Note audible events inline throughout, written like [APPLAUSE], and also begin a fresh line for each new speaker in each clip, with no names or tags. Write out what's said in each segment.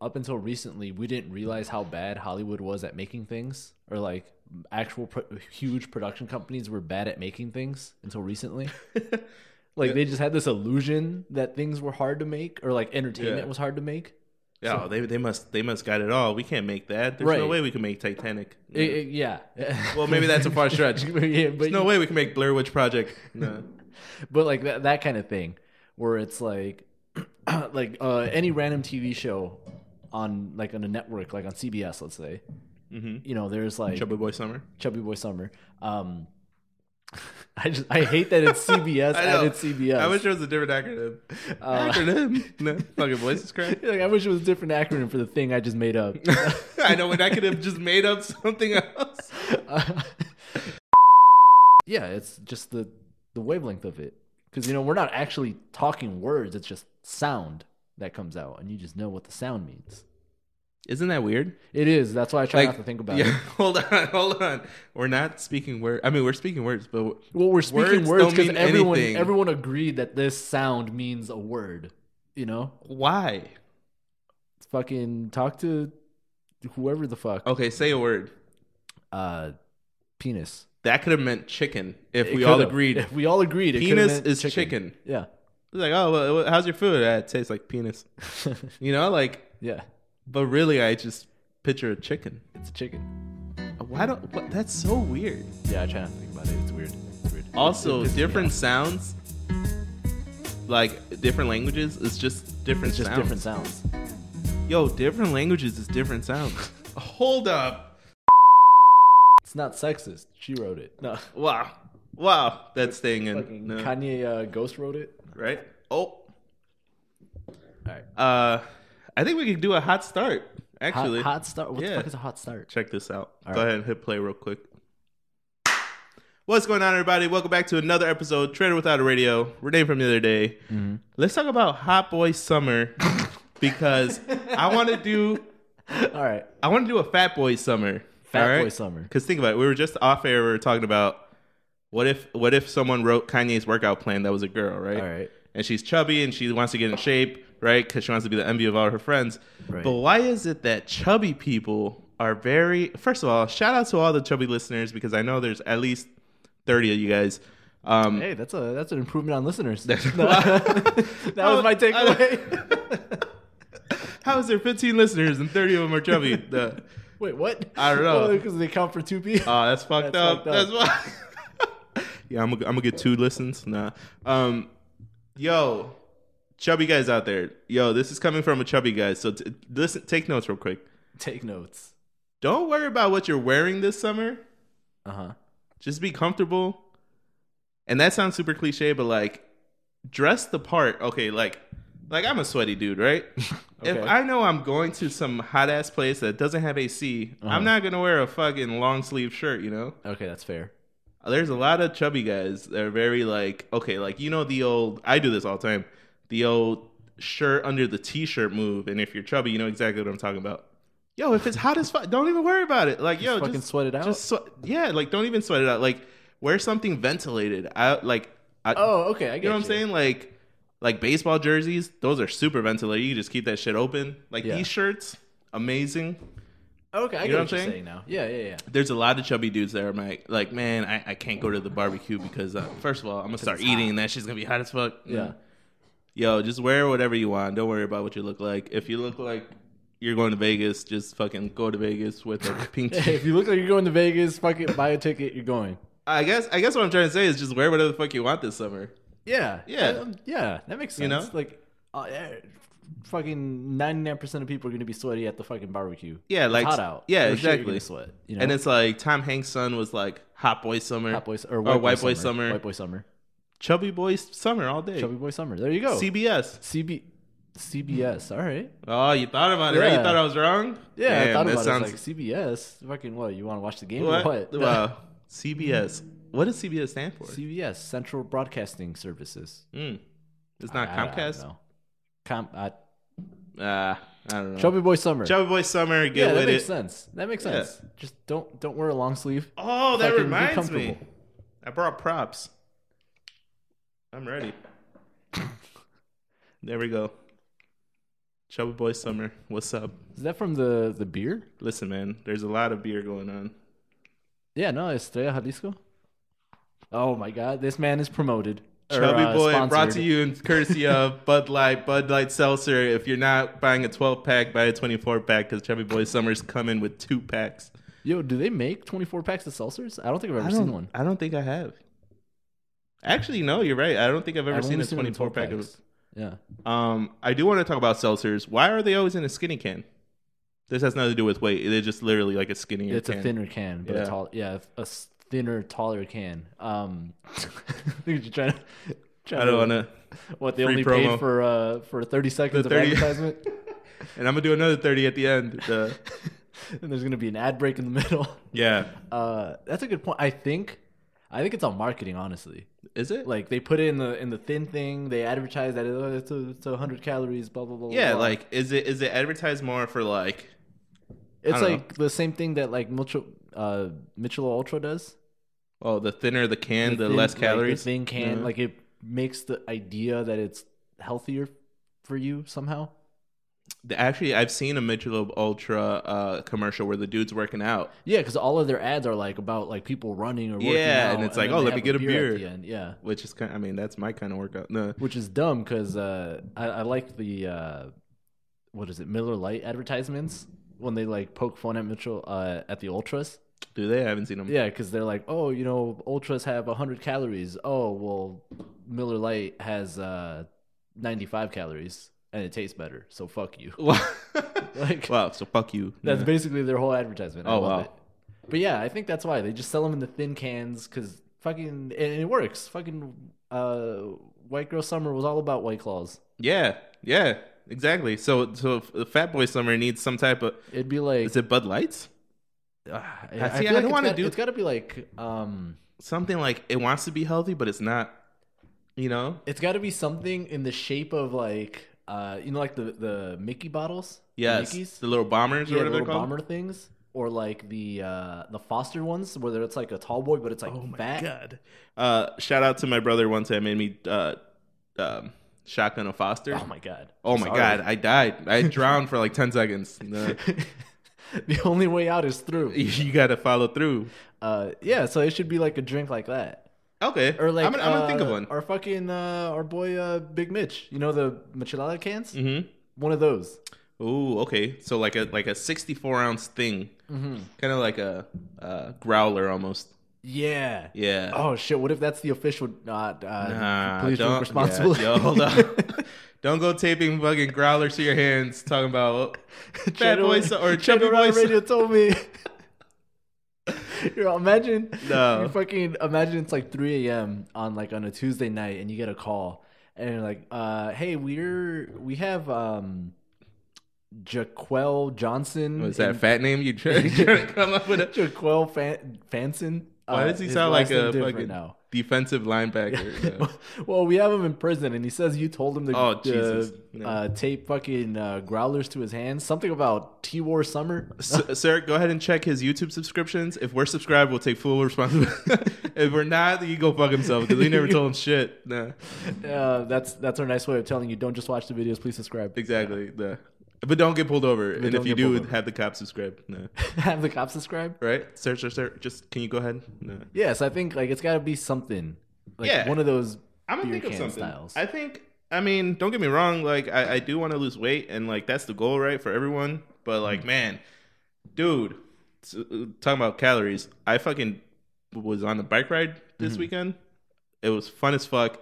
up until recently, we didn't realize how bad Hollywood was at making things, or like actual pro- huge production companies were bad at making things until
[LAUGHS]
recently. like
Yeah.
they just had this illusion that things were hard to make, or like entertainment
Yeah.
was hard to make.
Yeah,
So-
they they must they must got it all. We can't make that. There's no
Right.
way we can make Titanic. No.
It- it- yeah.
[LAUGHS] well, maybe that's a far stretch.
yeah, [LAUGHS] but
There's no way we can make Blair Witch Project. [LAUGHS] No.
but like that, that kind of thing where it's like [CLEARS THROAT] like uh, any random tv show on like on a network like on cbs let's say
hmm
you know there's like chubby,
Chubby Boy Summer.
boy summer um [LAUGHS] i just i hate that
[LAUGHS]
it's cbs
I know.
and it's cbs
I wish there was a different acronym.
Uh,
acronym. No, fucking voice is crack.
[LAUGHS] like, I wish it was a different acronym for the thing i just made up
[LAUGHS] I know, and I could have just made up something else.
Uh, yeah it's just the the wavelength of it because you know we're not actually talking words it's just sound that comes out and you just know what the sound means
Isn't that weird?
It is. That's why I try not to think about
yeah,
it.
[LAUGHS] Hold on, hold on. We're not speaking words. I mean, we're speaking words, but
Well, we're speaking
Words
words
don't
because
mean
everyone
anything.
everyone agreed that this sound means a word. You know,
why?
fucking talk to whoever the fuck.
Okay, say a word.
Uh, penis.
That could have meant chicken if
It
we all
could've.
agreed.
If [LAUGHS] we all agreed, it could've
penis
meant
is chicken.
Yeah, [LAUGHS]
It's like, oh, well, well, how's your food? Ah, it tastes like penis. You know, like,
yeah.
but really, I just picture a chicken.
It's a chicken.
Why don't? What, that's so weird.
Yeah, I try not to think about it. It's weird. It's weird.
Also,
It pisses me
different
off.
sounds, like different languages, is just different
It's just
sounds.
different sounds.
Yo, different languages is
[LAUGHS]
different sounds. Hold up!
It's not sexist. She wrote it. No,
Wow, wow, that's staying in.
fucking
No.
Kanye uh, Ghost wrote it.
right? Oh,
All right.
uh, I think we could do a hot start.
Hot,
Actually,
hot start. What
Yeah.
the fuck is a hot start?
Check this out.
All
Go
right.
ahead and hit play real quick. What's going on, everybody? Welcome back to another episode, Trader Without a Radio. Renee from the other day.
Mm-hmm.
Let's talk about Hot Boy Summer because I want to do
All right.
I want to do a Fat Boy Summer.
Fat Boy Summer.
Because think about it, we were just off air. We were talking about what if what if someone wrote Kanye's workout plan that was a girl, right?
All right.
and she's chubby and she wants to get in shape, right? Because she wants to be the envy of all her friends.
Right.
But why is it that chubby people are very? First of all, shout out to all the chubby listeners because I know there's at least thirty of you guys. Um,
Hey, that's a that's an improvement on listeners. [LAUGHS] that
Oh,
was my takeaway.
How is there 15 listeners and 30 of them
[LAUGHS]
are chubby? The-
[LAUGHS] Wait, what?
I
[LAUGHS]
don't know.
because they count for two people.
Oh, that's fucked
That's
up.
fucked up.
That's why. [LAUGHS] yeah, I'm gonna I'm gonna get two listens. Nah. Um, yo, chubby guys out there. Yo, this is coming from a chubby guy. So t- listen, take notes real quick.
[LAUGHS] Take notes.
Don't worry about what you're wearing this summer.
Uh huh.
Just be comfortable. And that sounds super cliche, but like dress the part. Okay, like like I'm a sweaty
[LAUGHS]
dude, right?
Okay.
If I know I'm going to some hot ass place that doesn't have AC,
Uh-huh.
I'm not gonna wear a fucking long sleeve shirt, you know?
Okay, that's fair.
There's a lot of chubby guys that are very like, okay, like you know the old I do this all the time. The old shirt under the t shirt move, and if you're chubby, you know exactly what I'm talking about. Yo, if it's hot as fuck, don't even worry about it. Like, yo,
Fucking
just
sweat it out.
just sweat, yeah like don't even sweat it out like wear something ventilated i like I,
oh, okay. I get
you know what i'm saying like like baseball jerseys those are super ventilated you can just keep that shit open like
Yeah.
these shirts amazing
Okay, I get
know
what,
what I'm
you're
saying?
saying? now. Yeah, yeah, yeah.
there's a lot of chubby dudes that are my, like man I, I can't go to the barbecue because uh, first of all i'm gonna start
it's hot.
eating and that shit's gonna be hot as fuck
Yeah.
yo just wear whatever you want don't worry about what you look like if you look like you're going to vegas just fucking go to vegas with
[LAUGHS]
a pink
Hey, if you look like you're going to Vegas, fuck it, buy a ticket. You're going.
i guess i guess what i'm trying to say is just wear whatever the fuck you want this summer
Yeah,
Yeah.
um, yeah. That makes sense.
You know?
like, uh, eh, fucking ninety nine percent of people are gonna be sweaty at the fucking barbecue.
Yeah,
It's
like-
hot out.
yeah,
No shit, you're
exactly.
gonna sweat. You know,
And it's like Tom Hanks' son was like Hot Boy Summer,
hot boy or
or
white,
Oh, White Boy
boy
Summer.
White boy summer.
Chubby Boy Summer all day. Oh.
Chubby boy summer. There you go.
CBS.
CB, CBS. All right.
Oh, you thought about it, right? You
Yeah.
thought I was wrong?
Yeah,
Damn,
I thought
that
about
sounds,
it. It's like CBS. Fucking what? You want to watch the game or
what?
what? [LAUGHS]
[LAUGHS] Wow. CBS. What does CBS stand for?
CBS Central Broadcasting Services.
Mm. It's not
I- I don't
Comcast.
know. Com- uh,
Ah, I don't know. Chubby,
Chubby boy summer.
Boy Summer. Get
yeah, that
with
makes
it.
sense. That makes
Yeah.
sense. Just don't don't wear a long sleeve.
Oh, that
Fucking be
reminds me.
comfortable.
I brought props. [LAUGHS] I'm ready. there we go. Chubby Boy Summer, what's up?
Is that from the the beer?
Listen, man, there's a lot of beer going on.
Yeah, no, Estrella Jalisco. Oh my God, this man is promoted. or,
Chubby
uh,
Boy brought
sponsored.
to you in
[LAUGHS]
courtesy of Bud Light, Bud Light Seltzer. If you're not buying a 12 pack, buy a 24 pack because Chubby Boy Summer's coming with two packs.
Yo, do they make 24 packs of seltzers? I don't think I've ever seen one.
I don't think I have. Actually, no, you're right. I don't think I've ever
I've
seen
only
a 24
them in
pack. Of,
12 packs.
um, I do want to talk about seltzers. Why are they always in a skinny can? This has nothing to do with weight. They're just literally like a skinnier.
Yeah, it's
can.
a thinner can, but
Yeah.
a tall, yeah, a s- thinner, taller can. Um, [LAUGHS] I think you're trying to. Trying
I don't want to.
What they
free
only
promo.
paid for uh for 30 seconds
The 30
of
[LAUGHS]
advertisement,
And I'm gonna do another 30 at the end. Uh,
[LAUGHS] and there's gonna be an ad break in the middle. [LAUGHS]
yeah,
Uh, that's a good point. I think, I think it's on marketing, honestly.
is it?
like they put it in the in the thin thing they advertise that oh, it's, a, it's 100 calories blah blah blah blah,
yeah,
blah.
like is it is it advertised more for like
it's
don't know.
like the same thing that like Mitchell uh Mitchell ultra does
oh the thinner the can the,
thin-
less
like,
calories
the thin can
Yeah.
like it makes the idea that it's healthier for you somehow
The- actually I've seen a Michelob Ultra uh, commercial where the dude's working out
yeah because all of their ads are like about like people running or working
Yeah, and
out,
it's like,
then
"Oh,
they
let me
have
get a
at
beer."
the end. yeah
which is kind I mean that's my kind of workout no
which is dumb because uh, I, I like the uh, what is it Miller Lite advertisements when they like poke fun at Mitchell uh, at the ultras
do they I haven't seen them
Yeah, because they're like, oh, you know, ultras have 100 calories. Oh, well, Miller Lite has uh, 95 calories and it tastes better. So fuck you. [LAUGHS]
[LAUGHS]
Like,
wow so fuck you
that's
Yeah.
basically their whole advertisement. I
Oh,
love
wow.
it. But yeah, I think that's why they just sell them in the thin cans because fucking, and it works. Fucking uh, White Girl Summer was all about White Claws.
yeah yeah exactly so so if the Fat Boy Summer needs some type of
It'd be like,
is it Bud Lights
Ah,
I see,
feel
I
like
don't
it's
wanna
gotta-
do-
It's got to be like, um,
something like it wants to be healthy but it's not you know
It's got to be something in the shape of like, uh, you know, like the the Mickey bottles. The
yes
Mickey's.
the little bombers or
yeah, the
whatever they're
little
called
bomber things, or like the uh the Foster ones, where it's like a tall boy, but it's like fat.
Oh god! Uh, shout out to my brother one time made me uh, um, shotgun a Foster.
Oh my god.
Oh my
Sorry.
god! I died. I drowned for like ten
[LAUGHS]
seconds. No.
the only way out is through.
you got to follow through.
Uh, yeah, so it should be like a drink like that,
Okay.
or like
I'm gonna, I'm gonna think of
uh,
one.
Our fucking uh, our boy uh, Big Mitch, you know the michelada cans,
Mm-hmm.
one of those.
Ooh, okay. So like a like a 64 ounce thing,
Mm-hmm.
kind of like a uh, growler almost.
Yeah.
Yeah.
Oh shit! What if that's the official? Not uh,
Nah,
police
don't-
responsibility.
yeah, yo,
[LAUGHS]
hold [LAUGHS] on. don't go taping fucking growlers to your hands. Talking [LAUGHS] about oh, fat
General-
boy Su- or chubby
General
boy.
Rock
Su-
Radio told
[LAUGHS]
me. Yo, imagine
No.
you fucking imagine it's like 3 a.m. on like on a Tuesday night and you get a call and you're like, uh, hey, we're we have um Jaquel Johnson.
Was that a
and-
[LAUGHS] fat name you trying to come up with? A-
Jaquel Fan- Fanson?
Why
Uh,
does he
his
sound
last
like a
name different
fucking defensive [LAUGHS] linebacker? uh,
[LAUGHS] well, we have him in prison, and he says you told him to
Oh,
uh,
Jesus. No.
uh, tape fucking uh, growlers to his hands. Something about T War Summer.
[LAUGHS] S- sir, go ahead and check his YouTube subscriptions. If we're subscribed, we'll take full [LAUGHS] responsibility. if we're not, he go fuck himself because we never told him shit. [LAUGHS] Nah,
Uh, that's that's our nice way of telling you don't just watch the videos. Please subscribe.
exactly. Nah. But don't get pulled over. and if
don't
you
get pulled
do,
over.
have the cop subscribe. Nah.
[LAUGHS] Have the cops subscribe.
Right? Sir, sir, sir. Just can you go ahead? Nah.
Yes, I think like it's got to be something. Like
Yeah.
one of those.
I'm gonna
beer
think of
can
something.
styles.
I think. I mean, don't get me wrong. Like, I, I do want to lose weight, and like that's the goal, right, for everyone. But like, man, dude, s- uh, talking about calories, I fucking was on a bike ride this weekend. It was fun as fuck.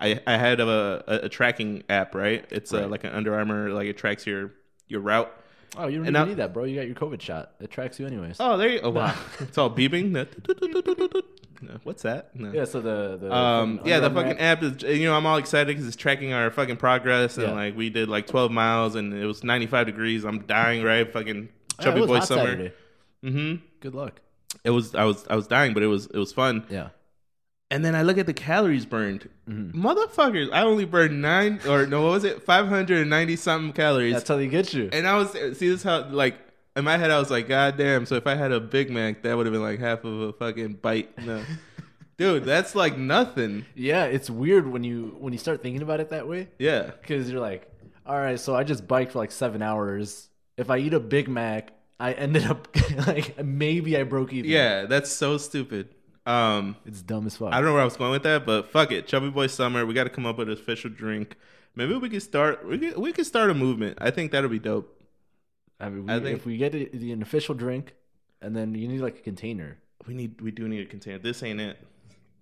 I I had a a, a tracking app, right? It's uh
Right.
like an Under Armour, like it tracks your your route.
Oh, you don't
And
even
I-
need that, bro. You got your COVID shot. It tracks you anyways.
Oh, there you. Oh, [LAUGHS] wow, it's all beeping. [LAUGHS] No, What's that? No.
Yeah. So the the
Um,
fucking
yeah, the
Under Armour
fucking app is, you know, I'm all excited because it's tracking our fucking progress. And
Yeah.
like, we did like 12 miles and it was 95 degrees. I'm dying, right? Fucking
Yeah, it
chubby
was
boy
hot
summer.
Saturday.
hmm
Good luck.
It was, I was, I was dying, but it was, it was fun.
Yeah.
And then I look at the calories burned.
Mm-hmm.
Motherfuckers, I only burned nine or no, what was it? 590 something calories.
That's how they get you.
and I was, see, this how, like, in my head, I was like, God damn. So if I had a Big Mac, that would have been like half of a fucking bite.
[LAUGHS]
No. Dude, that's like nothing.
Yeah, it's weird when you when you start thinking about it that way
Yeah.
because you're like, all right, so I just biked for like seven hours. If I eat a Big Mac, I ended up [LAUGHS] like maybe I broke even.
Yeah, that's so stupid. Um,
It's dumb as fuck.
I don't know where I was going with that, but fuck it, Chubby Boy Summer. We got to come up with an official drink. Maybe we could start. We could, we could start a movement. I think that'll be dope.
I mean, we,
I think-
if we get it, an official drink, and then you need like a container.
We need. We do need a container. This ain't it.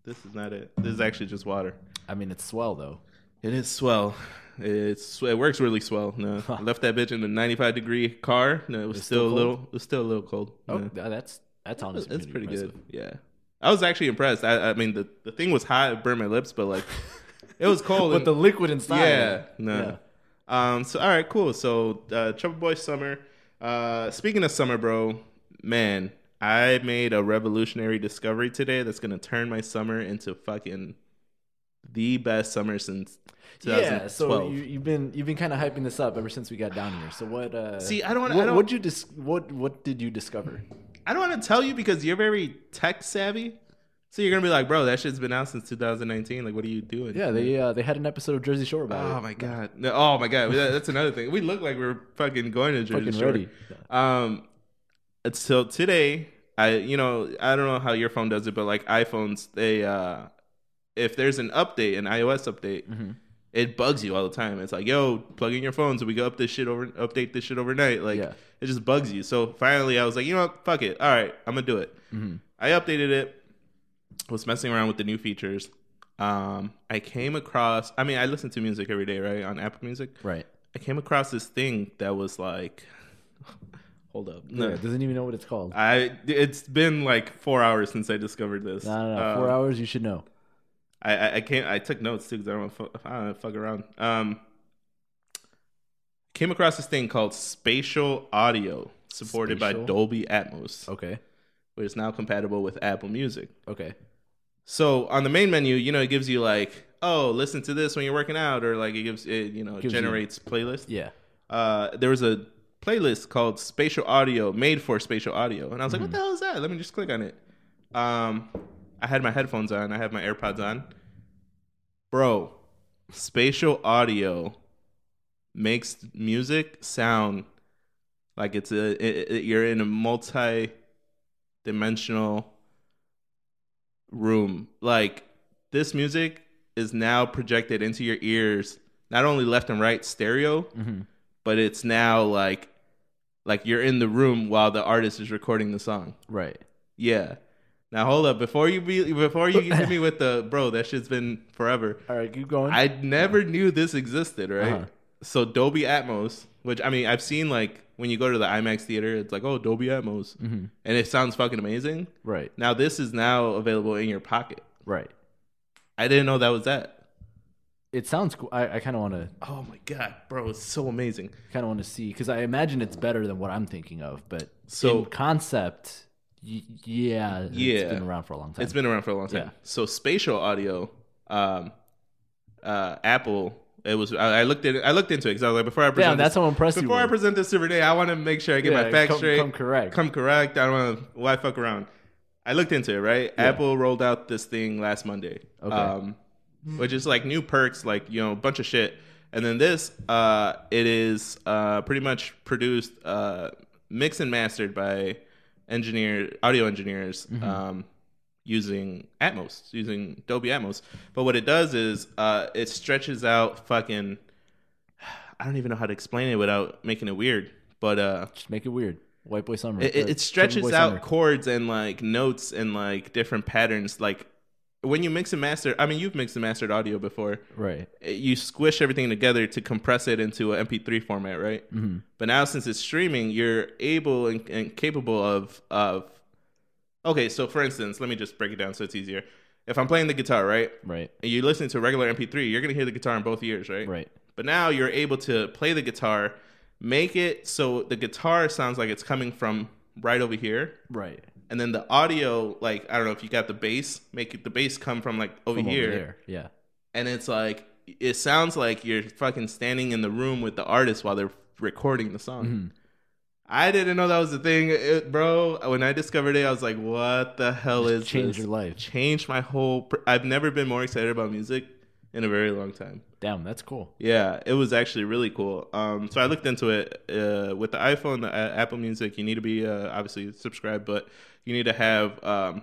This is not it. This is actually just water.
I mean, it's swell though.
It is swell. It's it works really swell. No, I left that bitch in a 95 degree car. No, it was
It's
still,
still
a little. It was still a little cold.
Oh,
No.
yeah, that's that's honestly
That's pretty
impressive.
good. Yeah. I was actually impressed. I, I mean, the, the thing was hot. It burned my lips, but like, [LAUGHS] it was cold.
But
and-
the liquid inside.
yeah. No. Um. So all right, cool. So uh, Trouble Boy Summer. Uh, speaking of summer, bro, man, I made a revolutionary discovery today that's gonna turn my summer into fucking the best summer since
Yeah,
2012.
so you, you've been you've been kind of hyping this up ever since we got down here. So what? Uh,
See, I don't wanna- I
What
don't-
what'd you dis- What what did you discover?
I don't want to tell you because you're very tech savvy. So you're gonna be like, bro, that shit's been out since 2019. Like, what are you doing?
Yeah, they uh, they had an episode of Jersey Shore about
Oh
it.
my god! No, oh my god! That- That's another thing. We look like we're fucking going to Jersey
Fucking
Shore.
ready.
Um, so today, I you know I don't know how your phone does it, but like iPhones, they uh, if there's an update, an iOS update,
Mhm.
it bugs you all the time. It's like, yo, plug in your phone so we go up this shit over, update this shit overnight. Like
Yeah.
it just bugs you. So finally, I was like, you know, what? fuck it. All right, I'm gonna do it.
Mhm.
I updated it. Was messing around with the new features. Um, I came across. I mean, I listen to music every day, right, on Apple Music.
Right.
I came across this thing that was like, hold up, no,
Yeah, doesn't even know what it's called.
I. It's been like four hours since I discovered this.
no, no, no.
Um,
Four hours. You should know.
I, I, I can't. I took notes too because I don't want to fuck around. Um, came across this thing called spatial audio, supported by
Spatial?
Dolby Atmos,
Okay.
which is now compatible with Apple Music.
Okay.
So on the main menu, you know, it gives you like, oh, listen to this when you're working out, or like it gives it, you know,
Gives you-
generates playlists.
Yeah.
Uh, there was a playlist called Spatial Audio, made for Spatial Audio, and I was like, what the hell is that? Let me just click on it. Um, I had my headphones on, I had my AirPods on, bro. Spatial Audio makes music sound like it's a it, it- you're in a multi-dimensional room. Like this music is now projected into your ears, not only left and right stereo,
Mhm.
but it's now like like you're in the room while the artist is recording the song.
Right.
Yeah. Now hold up before you be before you hit me with the [LAUGHS] bro that shit's been forever.
All right. Keep going.
I never knew this existed, right?
Uh-huh.
So Dolby Atmos, which I mean, I've seen like when you go to the IMAX theater, it's like, oh, Dolby Atmos,
Mhm.
and it sounds fucking amazing.
Right.
Now this is now available in your pocket.
Right.
I didn't know that was that.
It sounds cool. I, I kind of want to
Oh my god, bro, it's so amazing.
kind of want to see because I imagine it's better than what I'm thinking of. But
So-
in concept, y- yeah,
Yeah.
it's been around for a long time.
It's been around for a long time.
Yeah.
So spatial audio, um, uh, Apple. It was. I, I looked at. it- I looked into it because I was like, before I present.
Damn, that's
this,
how impressed you
before I
were.
present this to Renee, I want to make sure I get my
Yeah,
facts
come-
straight.
come correct.
Come correct. I don't want to. Why fuck around? I looked into it. Right. Apple rolled out this thing last Monday.
Okay.
Um, which is like new perks, like you know, a bunch of shit. And then this, uh, it is uh, pretty much produced, uh, mixed and mastered by engineer, audio engineers,
Mm-hmm.
um, using Atmos, using Dolby Atmos. But what it does is uh, it stretches out fucking. [SIGHS] I don't even know how to explain it without making it weird, but uh,
Just make it weird. White boy summer.
it,
Uh,
it, it stretches
Trouble Boy
out
Summer.
chords and like notes and like different patterns. Like when you mix and master, I mean, you've mixed and mastered audio before.
Right.
It- You squish everything together to compress it into an MP3 format, right?
hmm
But now since it's streaming, you're able and, and capable of of. Okay, so for instance, let me just break it down so it's easier. If I'm playing the guitar, right,
Right.
and you listen to a regular MP3, you're gonna hear the guitar in both ears, right?
Right.
But now you're able to play the guitar, make it so the guitar sounds like it's coming from right over here,
Right.
and then the audio, like I don't know if you got the bass, make it, the bass come from like over
From over
here,
there. Yeah.
and it's like it sounds like you're fucking standing in the room with the artist while they're recording the song.
Mm-hmm.
I didn't know that was a thing, It- bro. When I discovered it, I was like, "What the hell
Just
is
changed
this?"
your life.
Changed my whole. Pr- I've never been more excited about music in a very long time.
Damn, that's cool.
Yeah, it was actually really cool. Um, so I looked into it uh, with the iPhone, the A- Apple Music. You need to be uh, obviously subscribed, but you need to have um,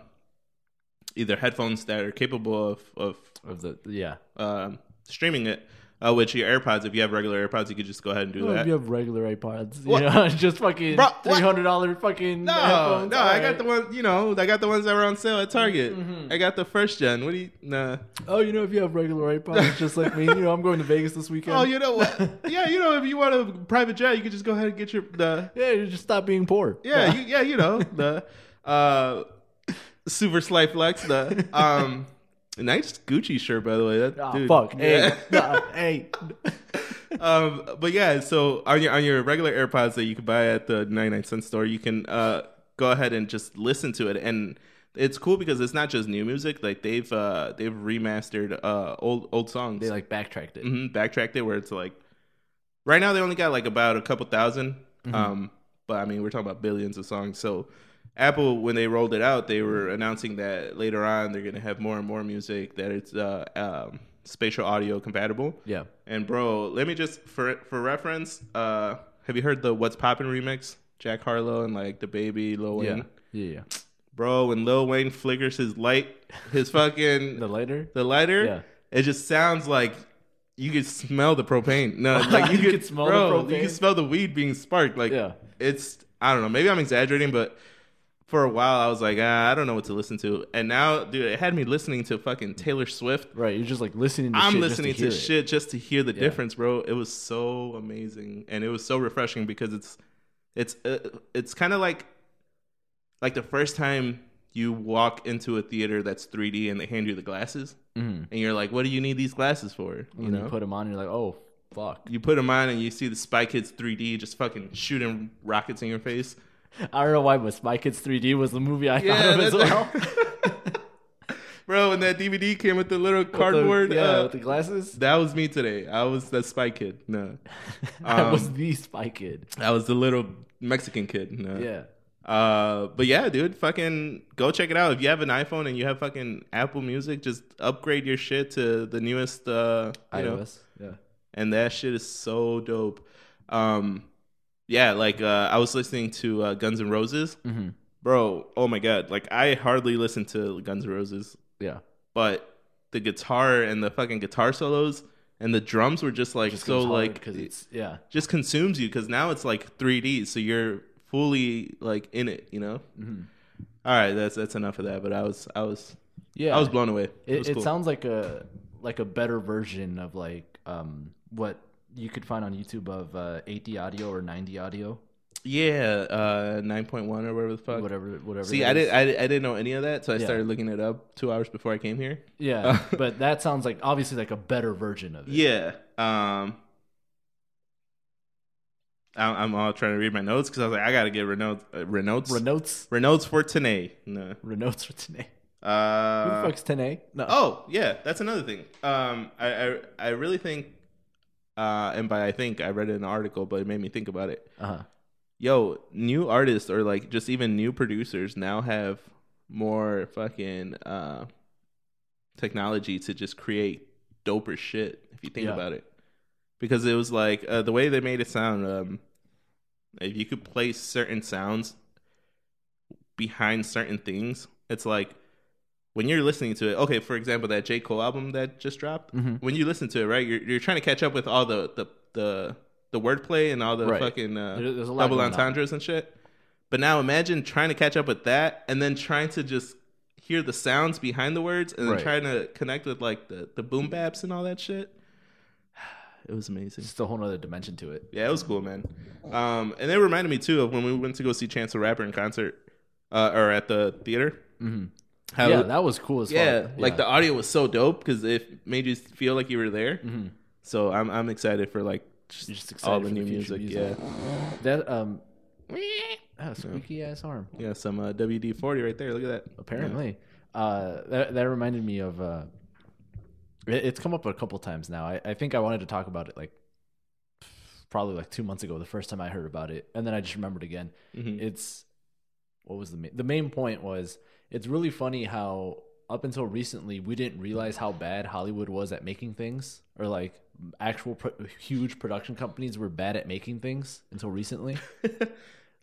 either headphones that are capable of of
Of the yeah.
um, streaming it. Uh, which your AirPods, if you have regular AirPods, you could just go ahead and do
Oh,
that.
if you have regular iPods, you
What?
know, [LAUGHS] just fucking
Bro, what?
three hundred dollar fucking
No,
headphones.
no,
All
I got the
right.
one. You know, I got the ones that were on sale at Target.
Mhm.
I got the first gen. What do you? Nah.
Oh, you know, if you have regular iPods,
[LAUGHS]
just like me, you know, I'm going to Vegas this weekend.
Oh, you know
[LAUGHS]
what? yeah, you know, if you want a private jet, you could just go ahead and get your the.
yeah, you just stop being poor.
Yeah, you, yeah, you know the, uh, super sly flex the um, nice Gucci shirt by the way. That
Ah,
dude,
fuck. Hey,
yeah.
nah,
[LAUGHS]
hey.
um, but yeah, so on your on your regular AirPods that you could buy at the 99 cent store, you can uh, go ahead and just listen to it and it's cool because it's not just new music, like they've uh, they've remastered uh, old old songs.
They like backtracked it.
hmm backtracked it where it's like right now they only got like about a couple 1000
Mm-hmm.
Um, but I mean we're talking about billions of songs. So Apple when they rolled it out, they were announcing that later on they're gonna have more and more music that it's uh, um, spatial audio compatible.
Yeah.
And bro, let me just for for reference, uh, have you heard the What's Poppin' remix? Jack Harlow and like the baby Lil Wayne.
Yeah. Yeah.
Bro, when Lil Wayne flickers his light, his fucking
The lighter?
the lighter,
Yeah.
it just sounds like you could smell the propane.
[LAUGHS]
No, like you,
You
could,
could smell the
bro, You
propane?
could smell the weed being sparked. Like
Yeah.
it's I don't know. Maybe I'm exaggerating, but for a while I was like, ah, I don't know what to listen to. And now, dude, it had me listening to fucking Taylor Swift.
Right. You're just like listening to
I'm
shit.
listening
just to,
to,
hear it.
shit just to hear the difference, bro. It was so amazing and it was so refreshing because it's it's uh, it's kind of like like the first time you walk into a theater that's 3D and they hand you the glasses
Mhm.
and you're like, "What do you need these glasses for?"
And
You
then
know.
you put them on, you're like, oh, fuck.
you put them on and you see the Spy Kids 3D just fucking shooting rockets in your face.
I don't know why, but Spy Kids 3D was the movie I thought of as well.
Bro, when that DVD came with the little [LAUGHS]
With
cardboard,
the, yeah,
uh,
with the glasses. [LAUGHS]
that was me today. I was the Spy Kid. No,
I
um,
was the Spy Kid.
I was the little Mexican kid. No.
Yeah.
Uh, but yeah, dude, fucking go check it out. If you have an iPhone and you have fucking Apple Music, just upgrade your shit to the newest. Uh, you know,
iOS. Yeah.
and that shit is so dope. Um, yeah, like uh, I was listening to uh, Guns N' Roses,
Mhm.
bro. Oh my god, like I hardly listen to Guns N' Roses,
Yeah.
but the guitar and the fucking guitar solos and the drums were just like
Just
so like
because it's, yeah.
just consumes you because now it's like 3D, so you're fully like in it, you know.
Mhm.
All right, that's that's enough of that. But I was I was
Yeah.
I was blown away. It,
It,
was
it
cool.
sounds like a like a better version of like um what you could find on YouTube of uh, 8D audio or 9D audio,
yeah, uh, nine point one or whatever the fuck.
whatever whatever.
Uh, See,
that
I
is.
didn't I, I didn't know any of that, so I
Yeah.
started looking it up two hours before I came here. [LAUGHS]
Yeah, but that sounds like obviously like a better version of it.
Yeah. Um. I'm, I'm all trying to read my notes because I was like, I gotta get Renault, uh, Renault's
Renault's
Renault's for today. No.
Renault's for today. Who the
Uh,
fuck's 10A? No.
oh yeah, that's another thing. Um, I I, I really think, uh, and by I think I read it in an article, but it made me think about it.
Uh-huh.
yo, new artists or like just even new producers now have more fucking uh technology to just create doper shit if you think
Yeah.
about it. Because it was like uh, the way they made it sound um if you could play certain sounds behind certain things, it's like when you're listening to it, okay, for example, that J. Cole album that just dropped,
Mhm.
when you listen to it, right, you're, you're trying to catch up with all the, the, the, the wordplay and all the
Right.
fucking uh,
There- there's a lot
double
going on.
entendres and shit. But now imagine trying to catch up with that and then trying to just hear the sounds behind the words and then
Right.
trying to connect with like the, the boom baps and all that shit. [SIGHS] It was amazing.
Just a whole nother dimension to it.
Yeah, it was cool, man. Um, and it reminded me too of when we went to go see Chance the Rapper in concert uh, or at the theater.
hmm
How,
yeah, that was cool as
yeah,
fuck.
like the audio was so dope because it made you feel like you were there.
Mhm.
So I'm I'm excited for like just,
You're just excited
all the
for the
new
future
music.
music. that um
Yeah,
ah, squeaky ass arm.
yeah, some uh, WD-40 right there. Look at that.
Apparently, uh, that that reminded me of uh, it- it's come up a couple times now. I, I think I wanted to talk about it like probably like two months ago, the first time I heard about it, and then I just remembered again.
Mhm.
It's what was the main, the main point was it's really funny how up until recently we didn't realize how bad Hollywood was at making things, or like actual pro- huge production companies were bad at making things until recently.
[LAUGHS]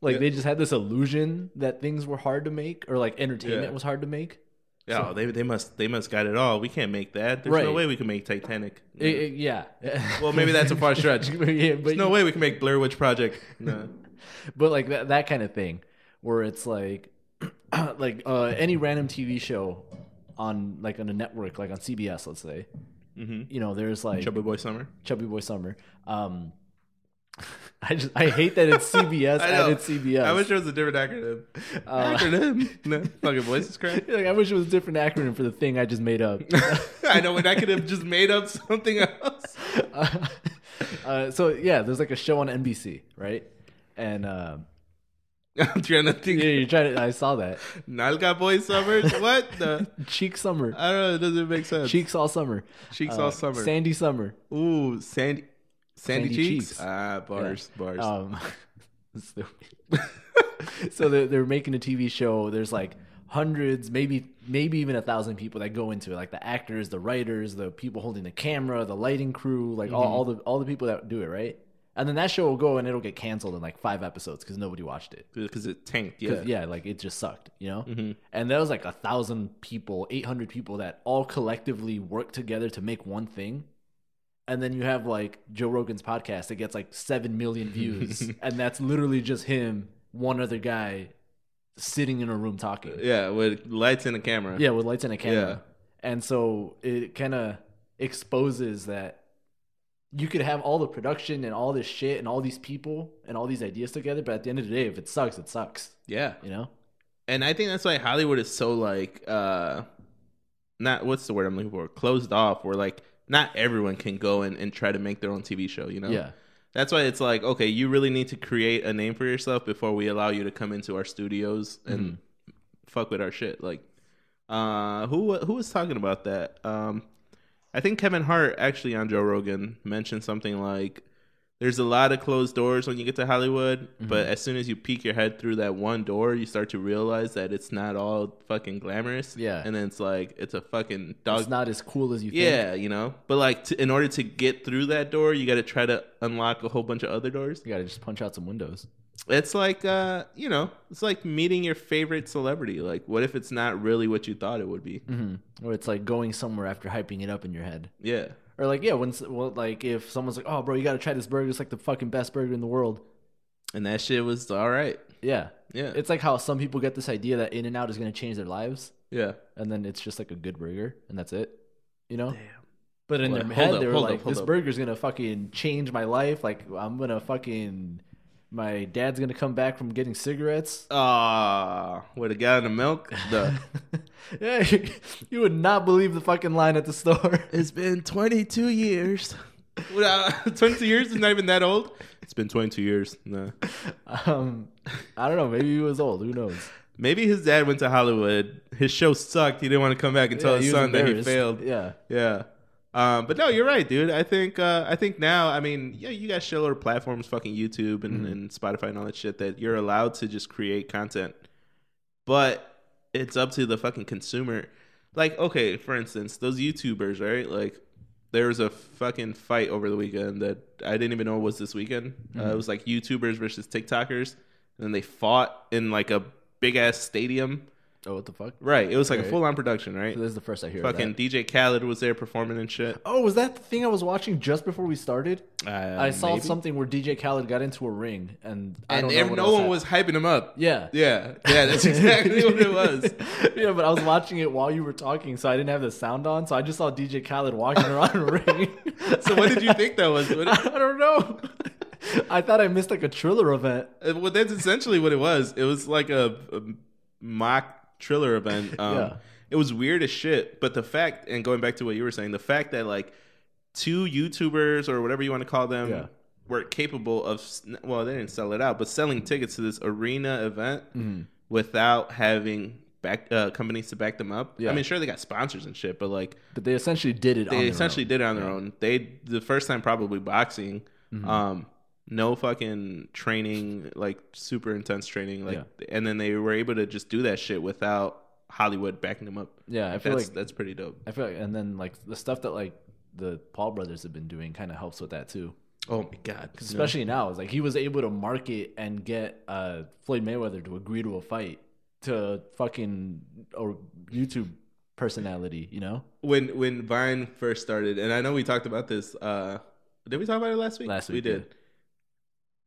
like
Yeah.
they just had this illusion that things were hard to make, or like entertainment
Yeah.
was hard to make.
Yeah, they they must they must got it all. We can't make that. There's no
Right.
way we can make Titanic.
I- I- yeah.
Well, maybe that's a far stretch.
yeah, [LAUGHS] but
There's no way we can make Blair Witch Project.
[LAUGHS]
No.
but like that, that kind of thing where it's like [CLEARS THROAT] like uh, any random tv show on like on a network like on cbs let's say
hmm
you know there's like chubby,
Chubby Boy Summer.
boy summer um [LAUGHS] i just i hate that
[LAUGHS]
it's cbs
I know.
and it's cbs
I
[LAUGHS]
wish there was a different acronym.
Uh,
acronym. No, fucking voice is cracked.
like, I wish it was a different acronym for the thing i just made up
[LAUGHS]
[LAUGHS]
I know when I could have just made up something else. [LAUGHS]
uh, uh, so yeah there's like a show on nbc right and uh,
I'm trying to think.
yeah, you're trying to i saw
[LAUGHS]
that
Nalga Boy Summer. What the?
cheek summer
I don't know. It doesn't make sense.
cheeks all summer
Uh, Cheeks
Uh,
all summer.
sandy summer
Ooh, sandy,
Sandy
sandy, cheeks?
cheeks.
Ah, bars, bars.
Um, [LAUGHS] stupid. [LAUGHS] so they're, they're making a TV show. There's like hundreds, maybe maybe even a thousand people that go into it, like the actors, the writers, the people holding the camera, the lighting crew, like
Mm-hmm.
all, all the all the people that do it, right? And then that show will go and it'll get canceled in like five episodes because nobody watched it.
Because it tanked.
'Cause,
Yeah.
yeah. Mm-hmm. like it just sucked, you know. And there was like a thousand people, eight hundred people that all collectively work together to make one thing. And then you have like Joe Rogan's podcast that gets like seven million [LAUGHS] views, and that's literally just him, one other guy, sitting in a room talking. Yeah,
Yeah, with lights and a camera.
with lights and a camera. And so it kind of exposes that you could have all the production and all this shit and all these people and all these ideas together, but at the end of the day, if it sucks, it sucks.
Yeah.
You know.
And I think that's why Hollywood is so like uh not what's the word I'm looking for? Closed off where like not everyone can go and, and try to make their own TV show, you know?
Yeah.
That's why it's like, okay, you really need to create a name for yourself before we allow you to come into our studios and fuck with our shit. Like uh who who was talking about that? Um I think Kevin Hart actually on Joe Rogan mentioned something like there's a lot of closed doors when you get to Hollywood, but as soon as you peek your head through that one door, you start to realize that it's not all fucking glamorous.
Yeah.
And then it's like, it's a fucking dog.
it's not as cool as you think.
yeah, you know? But like, to, in order to get through that door, you got to try to unlock a whole bunch of other doors.
You gotta just punch out some windows.
It's like, uh, you know, it's like meeting your favorite celebrity. Like, what if it's not really what you thought it would be? Mm-hmm.
Or it's like going somewhere after hyping it up in your head.
Yeah.
Or like, yeah, when s- well, like if someone's like, "Oh, bro, you gotta try this burger. It's like the fucking best burger in the world."
And that shit was all right.
Yeah,
Yeah.
it's like how some people get this idea that In and Out is gonna change their lives,
yeah.
and then it's just like a good burger, and that's it. You know.
Damn.
But in
Well,
their
hold
head,
up,
they were
hold up,
like,
hold
"This
up.
burger's gonna fucking change my life. Like, I'm gonna fucking." My dad's gonna come back from getting cigarettes. [LAUGHS]
Ah, with a guy in the milk. The
yeah, [LAUGHS] you would not believe the fucking line at the store. [LAUGHS]
It's been 22 years. Well, [LAUGHS] uh, 22 years is not even that old. It's been 22 years. Nah.
Um, I don't know. Maybe he was old. Who
[LAUGHS]
knows?
Maybe his dad went to Hollywood. His show sucked. He didn't want to come back and tell
he
his
was
son that he
embarrassed.
failed.
Yeah,
Yeah. Um, but no, you're right, dude. I think uh, I think now, I mean, yeah, you got shitload of platforms, fucking YouTube and,
Mm-hmm.
and Spotify and all that shit that you're allowed to just create content. But it's up to the fucking consumer. Like, okay, for instance, those YouTubers, right? Like, there was a fucking fight over the weekend that I didn't even know was this weekend.
Mm-hmm.
Uh, it was like YouTubers versus TikTokers, and then they fought in like a big ass stadium.
Oh, what the fuck?
Right. It was like a
Right.
full on production, right?
So this is the first I hear. of
Fucking
that.
DJ Khaled was there performing and shit.
Oh, was that the thing I was watching just before we started? I saw something where DJ Khaled got into a ring, and I
and
don't
ev-
know what
no
else
one
happened.
was hyping him up.
Yeah.
yeah, yeah. [LAUGHS] That's exactly what it was.
[LAUGHS] yeah, but I was watching it while you were talking, so I didn't have the sound on. So I just saw DJ Khaled walking around
[LAUGHS]
a ring.
So what did you think that was?
[LAUGHS]
What,
I don't know. I thought I missed like a Triller event.
uh, well, that's essentially what it was. It was like a, a mock
[LAUGHS]
thriller event. Um,
Yeah.
It was weird as shit. But the fact, and going back to what you were saying, the fact that like two YouTubers or whatever you want to call them
Yeah.
were capable of, s- well, they didn't sell it out, but selling
Mm.
tickets to this arena event
Mm-hmm.
without having back uh, companies to back them up.
Yeah.
I mean, sure they got sponsors and shit, but like
But they essentially did it. on
they
their
essentially
own.
did it on their own. They the first time probably boxing.
Mm-hmm.
Um, no fucking training, like super intense training, like, and then they were able to just do that shit without Hollywood backing him up.
Yeah, I feel
that's
like
that's pretty dope.
I feel like, and then like the stuff that like the Paul brothers have been doing kind of helps with that too.
Oh my god, No.
Especially now, it's like he was able to market and get uh, Floyd Mayweather to agree to a fight to fucking or YouTube personality, you know?
when when Vine first started, and I know we talked about this. Uh, did we talk about it last week?
Last
we
week,
did.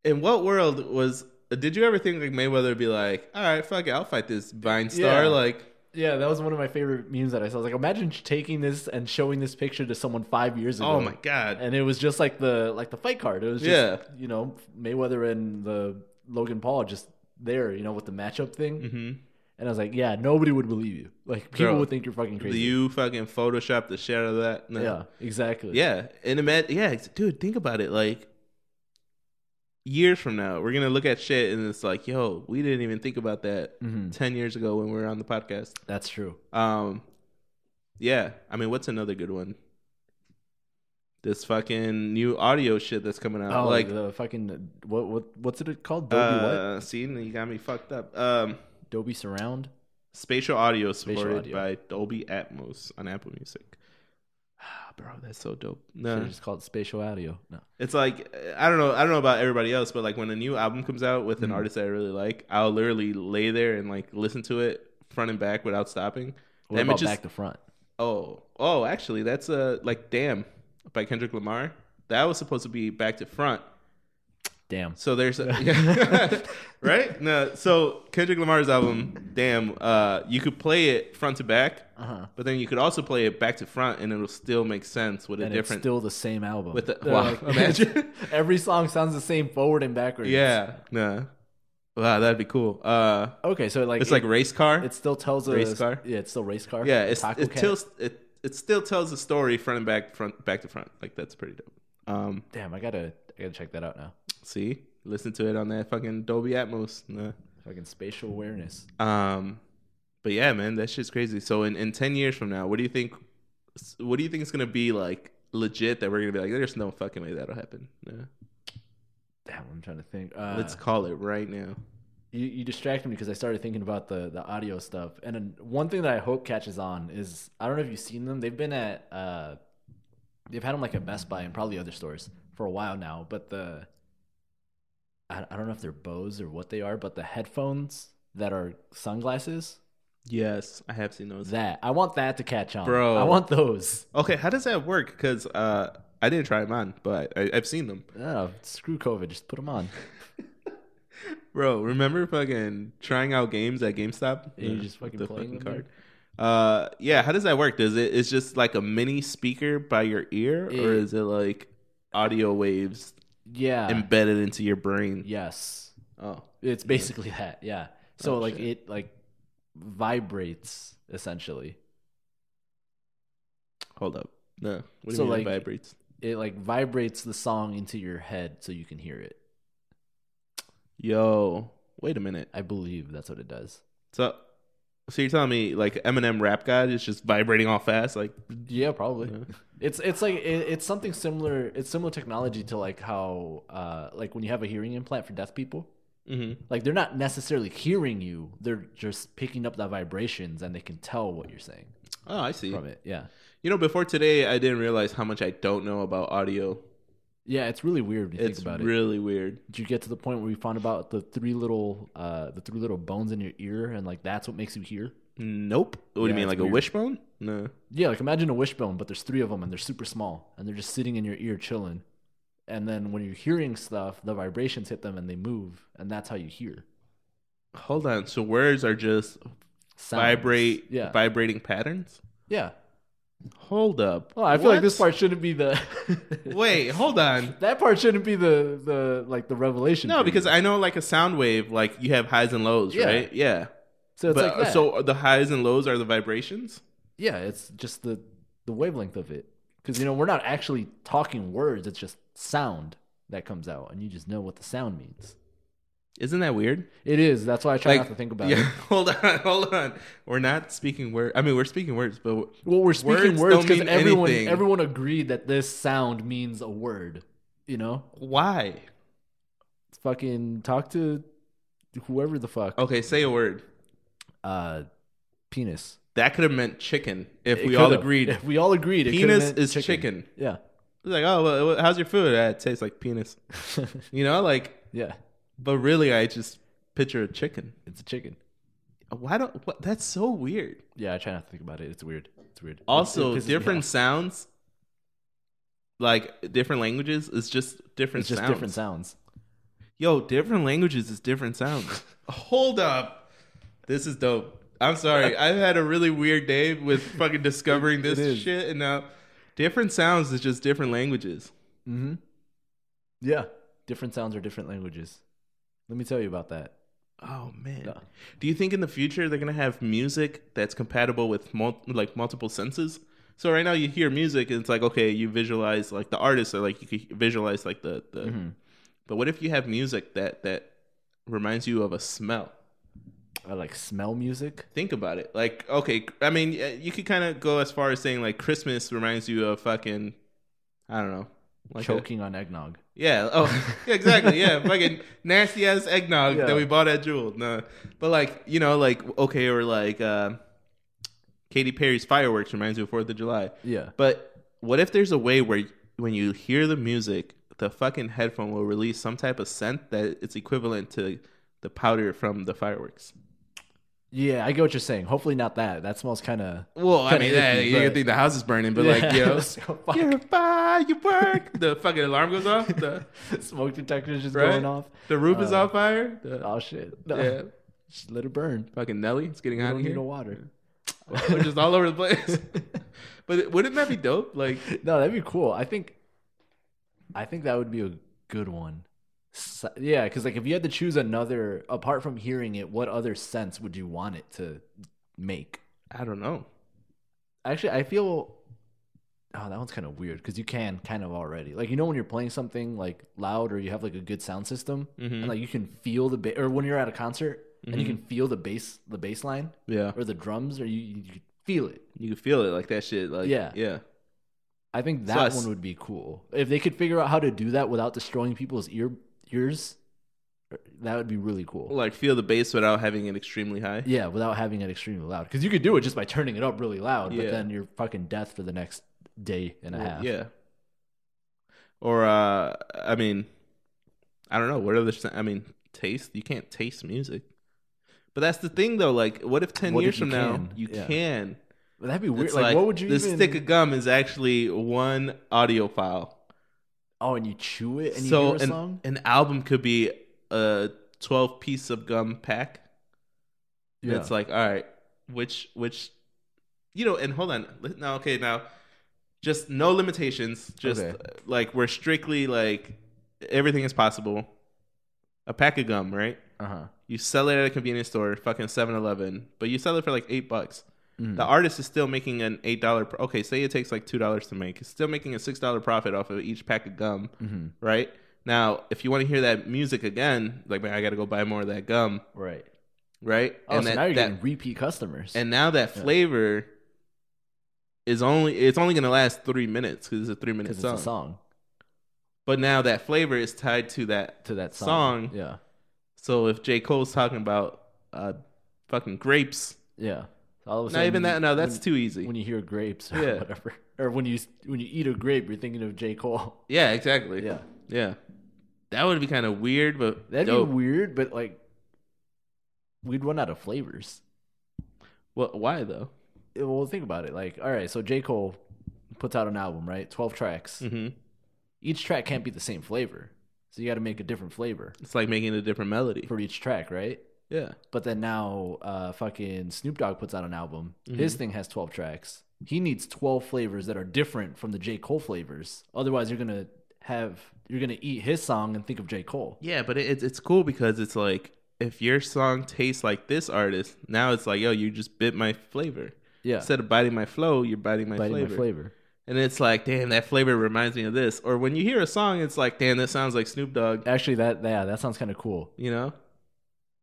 In what world was? Did you ever think like Mayweather would be like, all right, fuck it, I'll fight this Vine star?
Yeah.
Like,
Yeah, that was one of my favorite memes that I saw. I was like, imagine taking this and showing this picture to someone five years ago.
oh my god,
And it was just like the like the fight card. It was just
Yeah.
you know Mayweather and the Logan Paul just there, you know, with the matchup thing.
hmm
And I was like, yeah, nobody would believe you. Like people
Bro,
would think you're fucking crazy.
you fucking Photoshop the shit out of that. No.
Yeah, exactly.
yeah, and imagine, yeah, it's- dude, think about it. Like, years from now, we're gonna look at shit, and it's like, yo, we didn't even think about that
Mhm.
ten years ago when we were on the podcast.
that's true.
Um, yeah. I mean, what's another good one? This fucking new audio shit that's coming out.
Oh,
Uh, like,
like the fucking what what what's it called? Dolby what?
uh, see, you got me fucked up. Um,
Dolby surround.
spatial audio supported
audio.
by Dolby Atmos on Apple Music. Ah, bro, that's so dope.
Should
No,
just called spatial audio. No.
it's like I don't know. I don't know about everybody else, but like when a new album comes out with an
Mhm.
artist that I really like, I'll literally lay there and like listen to it front and back without stopping.
What
Them, it
about
just-
back to front?
Oh, oh, actually, that's uh, like "Damn" by Kendrick Lamar. That was supposed to be back to front.
Damn.
So
[LAUGHS]
there's, a, [LAUGHS] right? No, so Kendrick Lamar's album "Damn," uh, you could play it front to back,
Uh huh.
but then you could also play it back to front, and it'll still make sense with a
And it's
different.
still the same album.
With the-
They're
wow,
[LAUGHS]
imagine.
every song sounds the same forward and backwards.
yeah, no, wow, that'd be cool. Uh,
Okay, so like
it's like
it,
race car.
it still tells us.
race car?
Yeah, it's still race car.
yeah, it's,
Taco
it
Cat.
tells it. It still tells the story front and back, front back to front. Like that's pretty dope. Um,
Damn, I gotta I gotta check that out now.
See, listen to it on that fucking Dolby Atmos. Nah.
Fucking spatial awareness.
Um, but yeah, man, that shit's crazy. So in, in ten years from now, what do you think? What do you think is gonna be like legit that we're gonna be like? There's no fucking way that'll happen. Nah.
Damn, I'm trying to think. Uh,
Let's call it right now.
you, you distracted me because I started thinking about the the audio stuff. And then one thing that I hope catches on is I don't know if you've seen them. They've been at uh, they've had them like at Best Buy and probably other stores for a while now. But the I, I don't know if they're Bose or what they are, but the headphones that are sunglasses
Yes, I have seen those.
that I want that to catch on,
Bro.
I want those.
Okay, how does that work? Because uh, I didn't try them on, but I, I've seen them.
Oh, screw COVID, just put them on.
Bro, remember fucking trying out games at GameStop?
And you
Yeah,
just fucking
the
playing
fucking
them there?
card. Uh, yeah. How does that work? Does it? It's just like a mini speaker by your ear, or
It-
is it like audio waves
Yeah.
embedded into your brain?
yes.
Oh,
It's basically that, yeah. So
Oh,
like
shit.
it like vibrates essentially.
hold up. No. What do
So,
you mean it
like-
vibrates?
It like vibrates the song into your head so you can hear it.
Yo, wait a minute.
I believe that's what it does.
So, so you're telling me like Eminem rap god is just vibrating all fast? Like,
Yeah, probably.
Yeah.
It's it's like it, it's something similar. It's similar technology to like how uh like when you have a hearing implant for deaf people.
mm-hmm.
Like they're not necessarily hearing you. They're just picking up the vibrations and they can tell what you're saying
oh, I see.
from it. Yeah.
You know, before today, I didn't realize how much I don't know about audio.
Yeah, it's really weird when you
It's
think about it.
really weird.
Did you get to the point where you found about the three little uh the three little bones in your ear and like that's what makes you hear?
Nope. What do
Yeah,
you mean,
it's
like
weird.
a wishbone? No.
Yeah, like imagine a wishbone, but there's three of them and they're super small and they're just sitting in your ear chilling. And then when you're hearing stuff, the vibrations hit them and they move, and that's how you hear.
Hold on. So words are just
Sounds.
vibrate,
Yeah.
vibrating patterns.
yeah.
Hold up.
Well, I feel like
What?
this part shouldn't be the [LAUGHS]
Wait, hold on.
That part shouldn't be the the like the revelation.
No,
for
because
you.
I know like a sound wave, like you have highs and lows,
Yeah.
right? Yeah.
so it's
but uh,
like that.
so the highs and lows are the vibrations.
yeah, it's just the the wavelength of it. Because you know we're not actually talking words; it's just sound that comes out, and you just know what the sound means.
Isn't that weird?
It is. That's why I try not to think about
yeah,
it.
[LAUGHS] Hold on, hold on. We're not speaking words. I mean, we're speaking words, but
Well, we're speaking
Words
words
don't
because
mean
everyone
anything.
everyone agreed that this sound means a word. You know,
why? Oh.
fucking talk to whoever the fuck.
Okay, say a word.
Uh, penis.
That could have meant chicken
[LAUGHS]
if
It
we all
could've.
agreed.
If we all agreed. It could've
Penis
meant
is chicken.
Yeah. [LAUGHS]
It's like, oh, well, well, how's your food? Ah, it tastes like penis. You know, like,
yeah.
but really, I just picture a chicken.
It's a chicken.
Why don't? What, that's so weird.
Yeah, I try not to think about it. It's weird. It's weird. It-
Also,
it pisses me
different
off.
sounds, like different languages, is just different.
It's just
sounds.
different sounds.
Yo, different languages is different sounds. [LAUGHS] Hold up, this is dope. I'm [LAUGHS] sorry, I've had a really weird day with fucking discovering
It
this
is.
shit, and now different sounds is just different languages.
Mm-hmm. Yeah. Different sounds are different languages. Let me tell you about that.
Oh man.
Yeah.
Do you think in the future they're gonna have music that's compatible with mul- like multiple senses? So right now you hear music and it's like okay, you visualize like the artist or like you could visualize like the the.
Mhm.
But what if you have music that that reminds you of a smell?
I like smell music.
Think about it. Like okay, I mean uh, you could kind of go as far as saying like Christmas reminds you of fucking, I don't know, like a-
choking on eggnog.
yeah. [LAUGHS] Oh, yeah, exactly. Yeah. Fucking nasty ass eggnog
Yeah.
that we bought at Jewel. No. But like, you know, like, okay, or like uh, Katy Perry's fireworks reminds you of 4th of July.
Yeah.
But what if there's a way where when you hear the music, the fucking headphone will release some type of scent that it's equivalent to the powder from the fireworks?
Yeah, I get what you're saying. Hopefully not that. That smells kind of.
Well, I
Kinda
mean, yeah,
icky,
you
but-
could think the house is burning, but like,
[LAUGHS]
[LAUGHS] yo, you're a firework. the fucking alarm goes off. The,
smoke detectors just
Right?
going off.
the roof is
Uh,
on fire. The-
Oh shit! No.
yeah.
Just let it burn.
Fucking Nelly, it's getting
We
hot
don't
in
need
here.
no water.
[LAUGHS] We're just all over the place. [LAUGHS] but wouldn't that be dope? Like,
No, that'd be cool. I think. I think that would be a good one. S yeah, because like if you had to choose another, apart from hearing it, what other sense would you want it to make?
[LAUGHS] I don't know.
Actually, I feel. Oh, that one's kind of weird because you can kind of already like you know when you're playing something like loud or you have like a good sound system
Mhm.
and like you can feel the ba- or when you're at a concert and you
Mm-hmm.
can feel the bass the bass line
Yeah,
or the drums or you you can feel it.
you can feel it like that shit. Like,
Yeah.
yeah.
I think
So
that
I s-
one would be cool if they could figure out how to do that without destroying people's ear ears. er, That would be really cool.
Like feel the bass without having it extremely high.
yeah, without having it extremely loud because you could do it just by turning it up really loud,
Yeah.
but then you're fucking death for the next day and a
Well,
half.
Yeah. Or uh I mean, I don't know. What other? sen- I mean, taste. You can't taste music. But that's the thing, though. Like, what if ten
What
years
if you
from now
can?
you
Yeah.
can?
But that'd be weird.
It's
Like, what would you
This
even?
stick of gum is actually one audio file.
oh, and you chew it and you
so
hear a
an,
song.
an album could be a 12 piece of gum pack
Yeah,
it's like all right which which you know and hold on li- now okay now just no limitations just
Okay.
uh, like we're strictly like everything is possible a pack of gum right
uh huh.
you sell it at a convenience store fucking 7-eleven but you sell it for like eight bucks
Mm-hmm.
the artist is still making an eight dollar okay say it takes like two dollars to make it's still making a six dollar profit off of each pack of gum
Mm-hmm.
right? Now, if you want to hear that music again, like man, I got to go buy more of that gum,
Right.
right?
Oh, so
that,
now you're
that-
getting repeat customers.
and now that
Yeah.
flavor is only it's only gonna last three minutes because it's a three minute
because it's
song.
a song
But now that flavor is tied to that.
to that
Song.
Yeah.
So if J Cole's talking about uh, fucking grapes,
Yeah. So all of a
not
sudden,
even that. No, that's
when-
too easy.
when you hear grapes or
Yeah.
[LAUGHS] whatever, or when you when you eat a grape, you're thinking of J. Cole. [LAUGHS]
yeah, exactly.
Yeah,
yeah. That would be kind of weird, but
that'd
dope.
be weird, but like, we'd run out of flavors.
Well, why though?
Yeah, Well, think about it. Like, all right, so J. Cole puts out an album, right? Twelve tracks.
hmm
Each track can't be the same flavor, so you got to make a different flavor
It's like making a different melody.
for each track, right?
Yeah.
But then now, uh, fucking Snoop Dogg puts out an album.
Mm-hmm.
His thing has twelve tracks. He needs twelve flavors that are different from the J. Cole flavors. Otherwise, you're gonna have you're gonna eat his song and think of J. Cole.
Yeah, but it, it's it's cool because it's like if your song tastes like this artist, now it's like yo, you just bit my flavor.
Yeah,
Instead of biting my flow, you're biting my,
biting
flavor.
my flavor.
And it's like, damn, that flavor reminds me of this. Or when you hear a song, it's like, damn, that sounds like Snoop Dogg.
Actually, that yeah, that sounds kind of cool.
You know,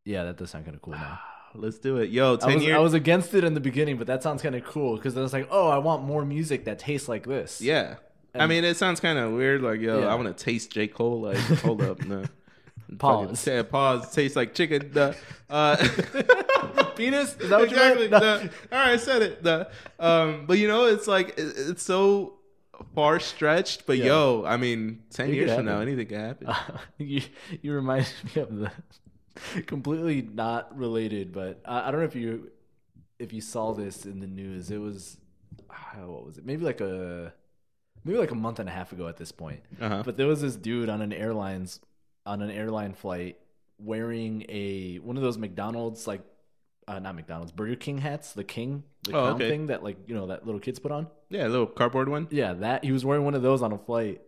Yeah, that does sound kind of cool.
[SIGHS]
Now.
let's do it, yo.
I
Ten
was
years,
I was against it in the beginning, but that sounds kind of cool because I was like, oh, I want more music that tastes like this.
yeah. I
And-
mean, it sounds kind of weird. Like, yo,
Yeah. [LAUGHS]
I want to taste J Cole. Like, hold up, no.
Pause.
Fucking- [LAUGHS] yeah, pause. Tastes like chicken. Uh, The, uh,
[LAUGHS] [LAUGHS]
[LAUGHS]
Penis? Is that what you meant?
exactly.
No.
the- all right, I said it. The, um, but you know, it's like it, it's so far stretched. But
Yeah.
yo, I mean, ten
It could
years from now,
happen.
anything could happen.
[LAUGHS] you you remind me of the completely not related, but I, I don't know if you if you saw this in the news. It was ah, what was it? Maybe like a maybe like a month and a half ago at this point.
Uh-huh.
But there was this dude on an airlines on an airline flight wearing a one of those McDonald's like uh, not McDonald's Burger King hats, the king the
Oh,
crown
okay.
thing that like you know that little kids put on.
Yeah, a little cardboard one.
Yeah, that he was wearing one of those on a flight,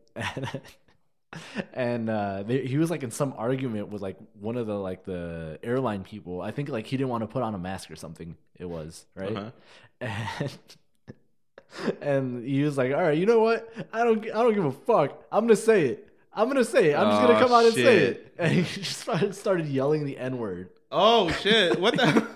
[LAUGHS] and, uh, they, he was like in some argument with like one of the like the airline people. I think like he didn't want to put on a mask or something. It was right,
Uh-huh.
[LAUGHS] and and he was like, "All right, you know what? I don't I don't give a fuck. I'm gonna say it. I'm gonna say it. I'm just
Aw,
gonna come out and say
shit.
it." And he [LAUGHS] just started, started yelling the n word. [LAUGHS]
Oh shit! What the?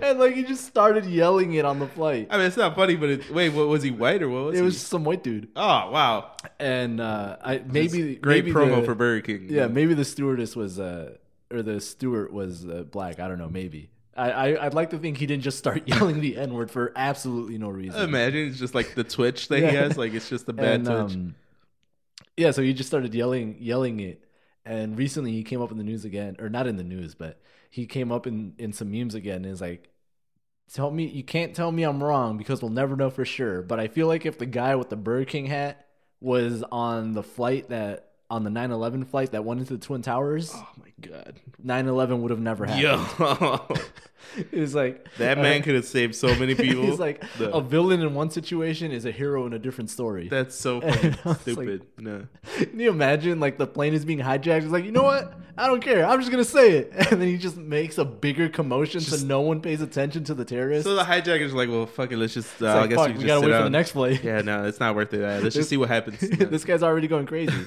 And like he just started yelling it on the flight.
[LAUGHS] I mean, it's not funny, but it, wait, what was he white or what was
It
he?
was some white dude,
oh wow,
and uh, I maybe
great
maybe
promo
the-
for Burger King.
Yeah, maybe the stewardess was, uh, or the steward was uh, black. I don't know. Maybe I, I, I'd like to think he didn't just start [LAUGHS] yelling the n word for absolutely no reason.
Imagine it's just like the twitch that
Yeah.
he has. Like it's
[LAUGHS]
just the
and,
bad twitch.
um, yeah, so he just started yelling, yelling it. And recently, he came up in the news again, or not in the news, but he came up in in some memes again. And is like, tell me you can't tell me I'm wrong because we'll never know for sure. But I feel like if the guy with the Burger King hat was on the flight that on the 9/11 flight that went into the Twin Towers.
oh my god,
9-11 would have never happened. [LAUGHS]
yo, [LAUGHS]
It was like
that
uh,
man could have saved so many people.
[LAUGHS] He's like "Oh,
The-
a villain in one situation is a hero in a different story.
that's so
And
fucking
I was like-
stupid. no,
[LAUGHS] Can you imagine like the plane is being hijacked? He's like, you know what? I don't care. I'm just gonna say it, [LAUGHS] and then he just makes a bigger commotion so no one pays attention to the terrorists.
so the hijackers are like, well, fuck it, let's just. Uh,
It's
I
like,
guess
fuck,
we,
we,
just
gotta
sit
wait for the
down.
next [LAUGHS] flight.
Yeah, no, it's not worth it. Uh, Let's just see
[LAUGHS]
what happens. No.
this guy's already going
[LAUGHS]
crazy.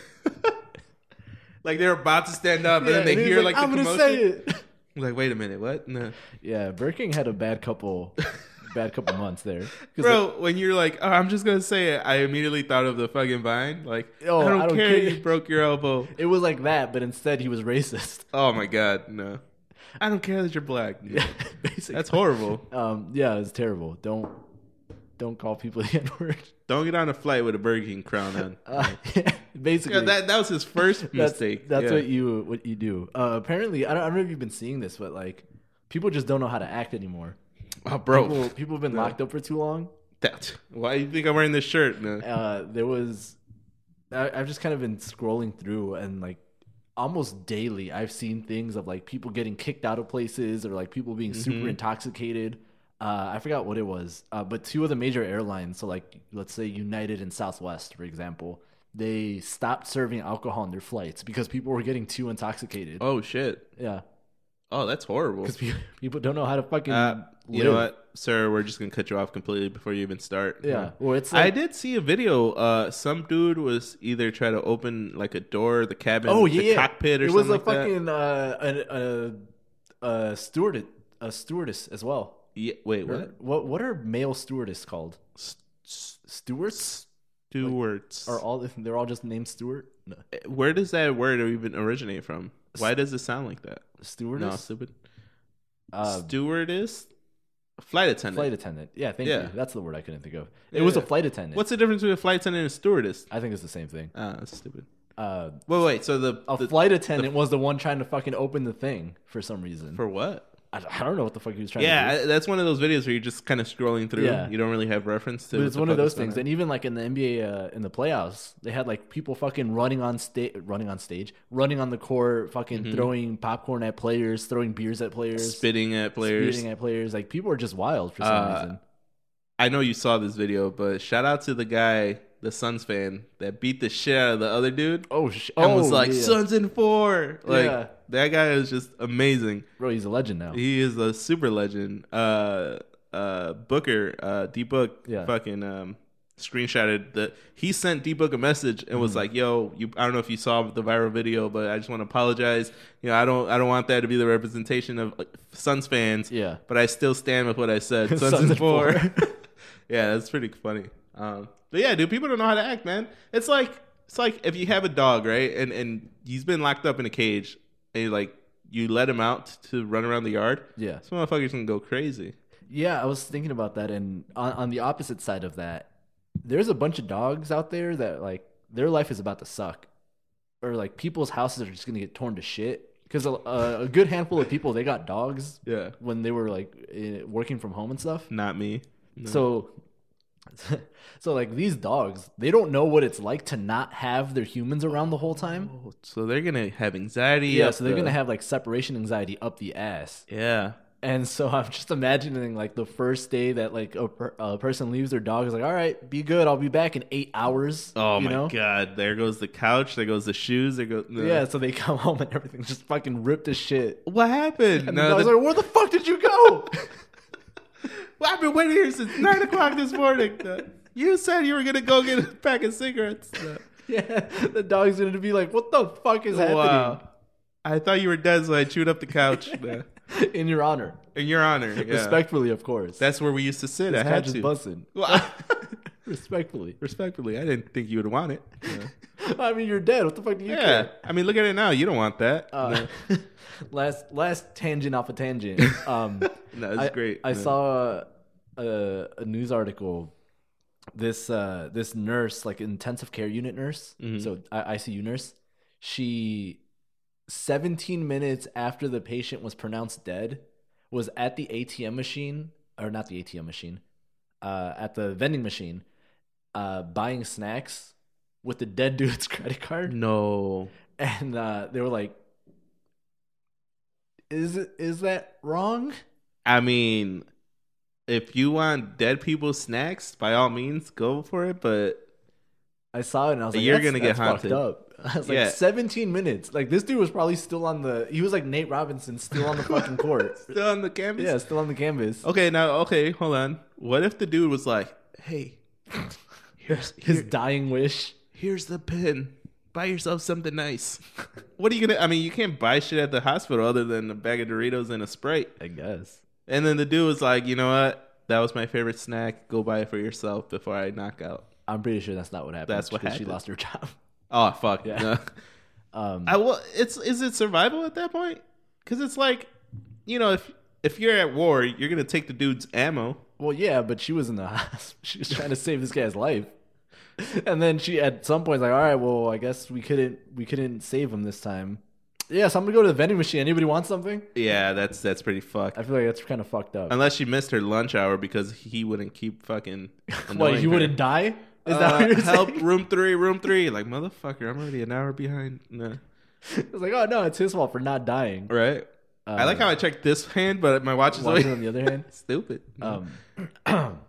like they're about to stand up, and
Yeah,
then they
and he's
hear like, the
I'm gonna
commotion.
say it. [LAUGHS]
Like, wait a minute, what? No.
Yeah, Burger King had a bad couple, bad couple months there. 'Cause, like,
[LAUGHS] Bro, when you're like, oh, I'm just gonna say it, I immediately thought of the fucking vine. Like,
Oh,
I, don't care, you broke your elbow.
it was like that, but instead he was racist. [LAUGHS]
Oh my god, no. I don't care that you're black. No.
Basically.
That's horrible.
Um, yeah, it's terrible. Don't don't call people [LAUGHS] the N word.
Don't get on a flight with a Burger King
[LAUGHS]
crown on.
Uh, basically,
Yeah, that that was his first
that's,
mistake.
That's
Yeah.
what you what you do. Uh, apparently, I don't, I don't know if you've been seeing this, but like people just don't know how to act anymore.
oh, bro.
People, people have been
No.
locked up for too long.
That- why do you think I'm wearing this shirt? No.
Uh, there was, I, I've just kind of been scrolling through and like almost daily, I've seen things of like people getting kicked out of places or like people being
Mm-hmm.
super intoxicated. Uh, I forgot what it was, uh, but two of the major airlines, so like let's say United and Southwest, for example, they stopped serving alcohol on their flights because people were getting too intoxicated.
Oh shit.
Yeah,
Oh, that's horrible.
because people, [LAUGHS] people don't know how to fucking
Uh, you
live.
know what, sir? We're just gonna cut you off completely before you even start.
Yeah, well, it's
I
like,
did see a video. Uh, some dude was either trying to open like a door, the cabin,
oh yeah,
the
yeah.
cockpit, or
it was
something
a
like that.
fucking uh, a, a, a steward a stewardess as well.
Yeah, wait,
Or
what?
what what are male stewardess called?
S- s-
Stewards
Stewards.
are all [LAUGHS] they're all just named Stewart? No,
Eh, Where does that word even originate from? Why does it sound like that? No,
stewardess,
stupid.
uh,
Stewardess, flight attendant.
flight attendant. Yeah, thank
Yeah.
you. That's the word I couldn't think of. It was a
Yeah.
flight attendant.
What's the difference between a flight attendant and a stewardess?
I think it's the same thing.
Ah, that's stupid.
Uh,
Wait, wait. So the,
a
the-
flight attendant was the one trying to fucking open the thing for some reason.
for what?
I, don't- I don't know what the fuck he was trying to do.
Yeah, I, that's one of those videos where you're just kind of scrolling through.
Yeah.
You don't really have reference to.
But
what
it's
the
one of
fuck
those
is going
things,
on.
and even like in the NBA, uh, in the playoffs, they had like people fucking running on stage, running on stage, running on the court, fucking throwing popcorn at players, throwing beers at players,
Mm-hmm. Spitting at players.
spitting at players. Like people are just wild for some
Uh,
reason.
I know you saw this video, but shout out to the guy, the Suns fan, that beat the shit out of the other dude
Oh, sh-
and
oh,
was like,
yeah.
"Suns in four. Like
Yeah.
that guy is just amazing.
bro, he's a legend now.
He is a super legend. Uh, uh, Booker, uh, D Book,
Yeah.
fucking um, screenshotted the. He sent D Book a message and was like, "Yo, you. I don't know if you saw the viral video, but I just want to apologize. You know, I don't. I don't want that to be the representation of uh, Suns fans.
Yeah.
but I still stand with what
[LAUGHS]
I said. Suns,
Suns
in
in
four. [LAUGHS]
four.
yeah, that's pretty funny. Um, but yeah, dude, people don't know how to act, man. It's like it's like if you have a dog, right, and and he's been locked up in a cage, and like you let him out to run around the yard,
Yeah.
this motherfucker's gonna go crazy.
Yeah, I was thinking about that, and on, on the opposite side of that, there's a bunch of dogs out there that like their life is about to suck, or like people's houses are just gonna get torn to shit because a, a, a good handful of people they got dogs
Yeah,
when they were like eh, working from home and stuff.
not me. No.
So, [LAUGHS] so like these dogs, they don't know what it's like to not have their humans around the whole time.
Oh, so they're gonna have anxiety.
Yeah,
up
so they're
the-
gonna have like separation anxiety up the ass.
Yeah,
And so [LAUGHS] I'm just imagining like the first day that like a, per- a person leaves their dog is like, all right, be good, I'll be back in eight hours.
Oh
you
my
know?
god! There goes the couch. There goes the shoes. There goes
Yeah, so they [LAUGHS] come home and everything's just fucking ripped to shit.
What happened?
And
No,
the dog's
the-
like, where the fuck did you
[LAUGHS]
go? [LAUGHS]
Well, I've been waiting here since nine o'clock
[LAUGHS]
this morning. Uh, You said you were gonna go get a pack of cigarettes. Uh,
yeah, the dog's gonna be like, what the fuck is
Wow! I thought you were dead, so I chewed up the couch. Uh,
happening? [LAUGHS] In your honor,
In your honor, yeah.
respectfully, of course.
That's where we used to sit. I
This guy
had
just
to.
busting.
Well, I- [LAUGHS]
Respectfully,
respectfully, I didn't think you would want it. Uh,
I mean, you're dead. What the fuck do you
yeah.
care?
I mean, look at it now. You don't want that.
Uh, [LAUGHS] last last tangent off a
[LAUGHS]
tangent. Um,
No, it's
I,
great.
I
No.
saw a, a news article. This uh, this nurse, like intensive care unit nurse,
Mhm.
so I- ICU nurse, she, seventeen minutes after the patient was pronounced dead, was at the ATM machine or not the ATM machine, uh, at the vending machine, uh, buying snacks with the dead [LAUGHS] dude's credit card
Mm. no.
and uh, they were like, "Is it is that wrong?"
I mean, if you want dead people snacks, by all means, go for it. But
I saw it and I was like,
You're
"That's-
gonna get
that's fucked
haunted."
up." [LAUGHS] I was like,
Yeah.
"17 minutes." Like this dude was probably still on the. He was like Nate Robinson, still on the
[LAUGHS]
fucking court.
still on the canvas.
yeah, still on the canvas.
Okay, now okay, hold on. What if the dude was like, "Hey, here's
[LAUGHS] His
here-
dying wish.
here's the pin. Buy yourself something nice." [LAUGHS] what are you gonna? I mean, you can't buy shit at the hospital other than a bag of Doritos and a Sprite.
I guess.
And then the dude was like, "You know what? That was my favorite snack. Go buy it for yourself before I knock out."
I'm pretty sure that's not what happened.
That's what
'cause She
happened.
lost her [LAUGHS] job.
Oh fuck.
Yeah.
No. [LAUGHS]
Um,
I will. It's is it survival at that point? Because it's like, you know, if if you're at war, you're gonna take the dude's ammo.
well, yeah, but she was in the hospital. [LAUGHS] She was trying to save this guy's life. [LAUGHS] And then she, at some point, is like, "All right, well, I guess we couldn't, we couldn't save him this time." Yeah, so I'm gonna go to the vending machine. Anybody want something?
Yeah, that's that's pretty fucked.
I feel like that's kind of fucked up.
Unless she missed her lunch hour because he wouldn't
[LAUGHS]
keep fucking.
Wait,
annoying
you
her.
wouldn't die? Is
Uh,
that what you're
help?
saying?
Room three, room three. Like motherfucker, I'm already an hour behind. Nah.
[LAUGHS] It's like, oh no, it's his fault for not dying.
Right. I like how I checked this hand, but my watch is
Watching
always
Uh, on the other hand,
[LAUGHS] stupid.
um,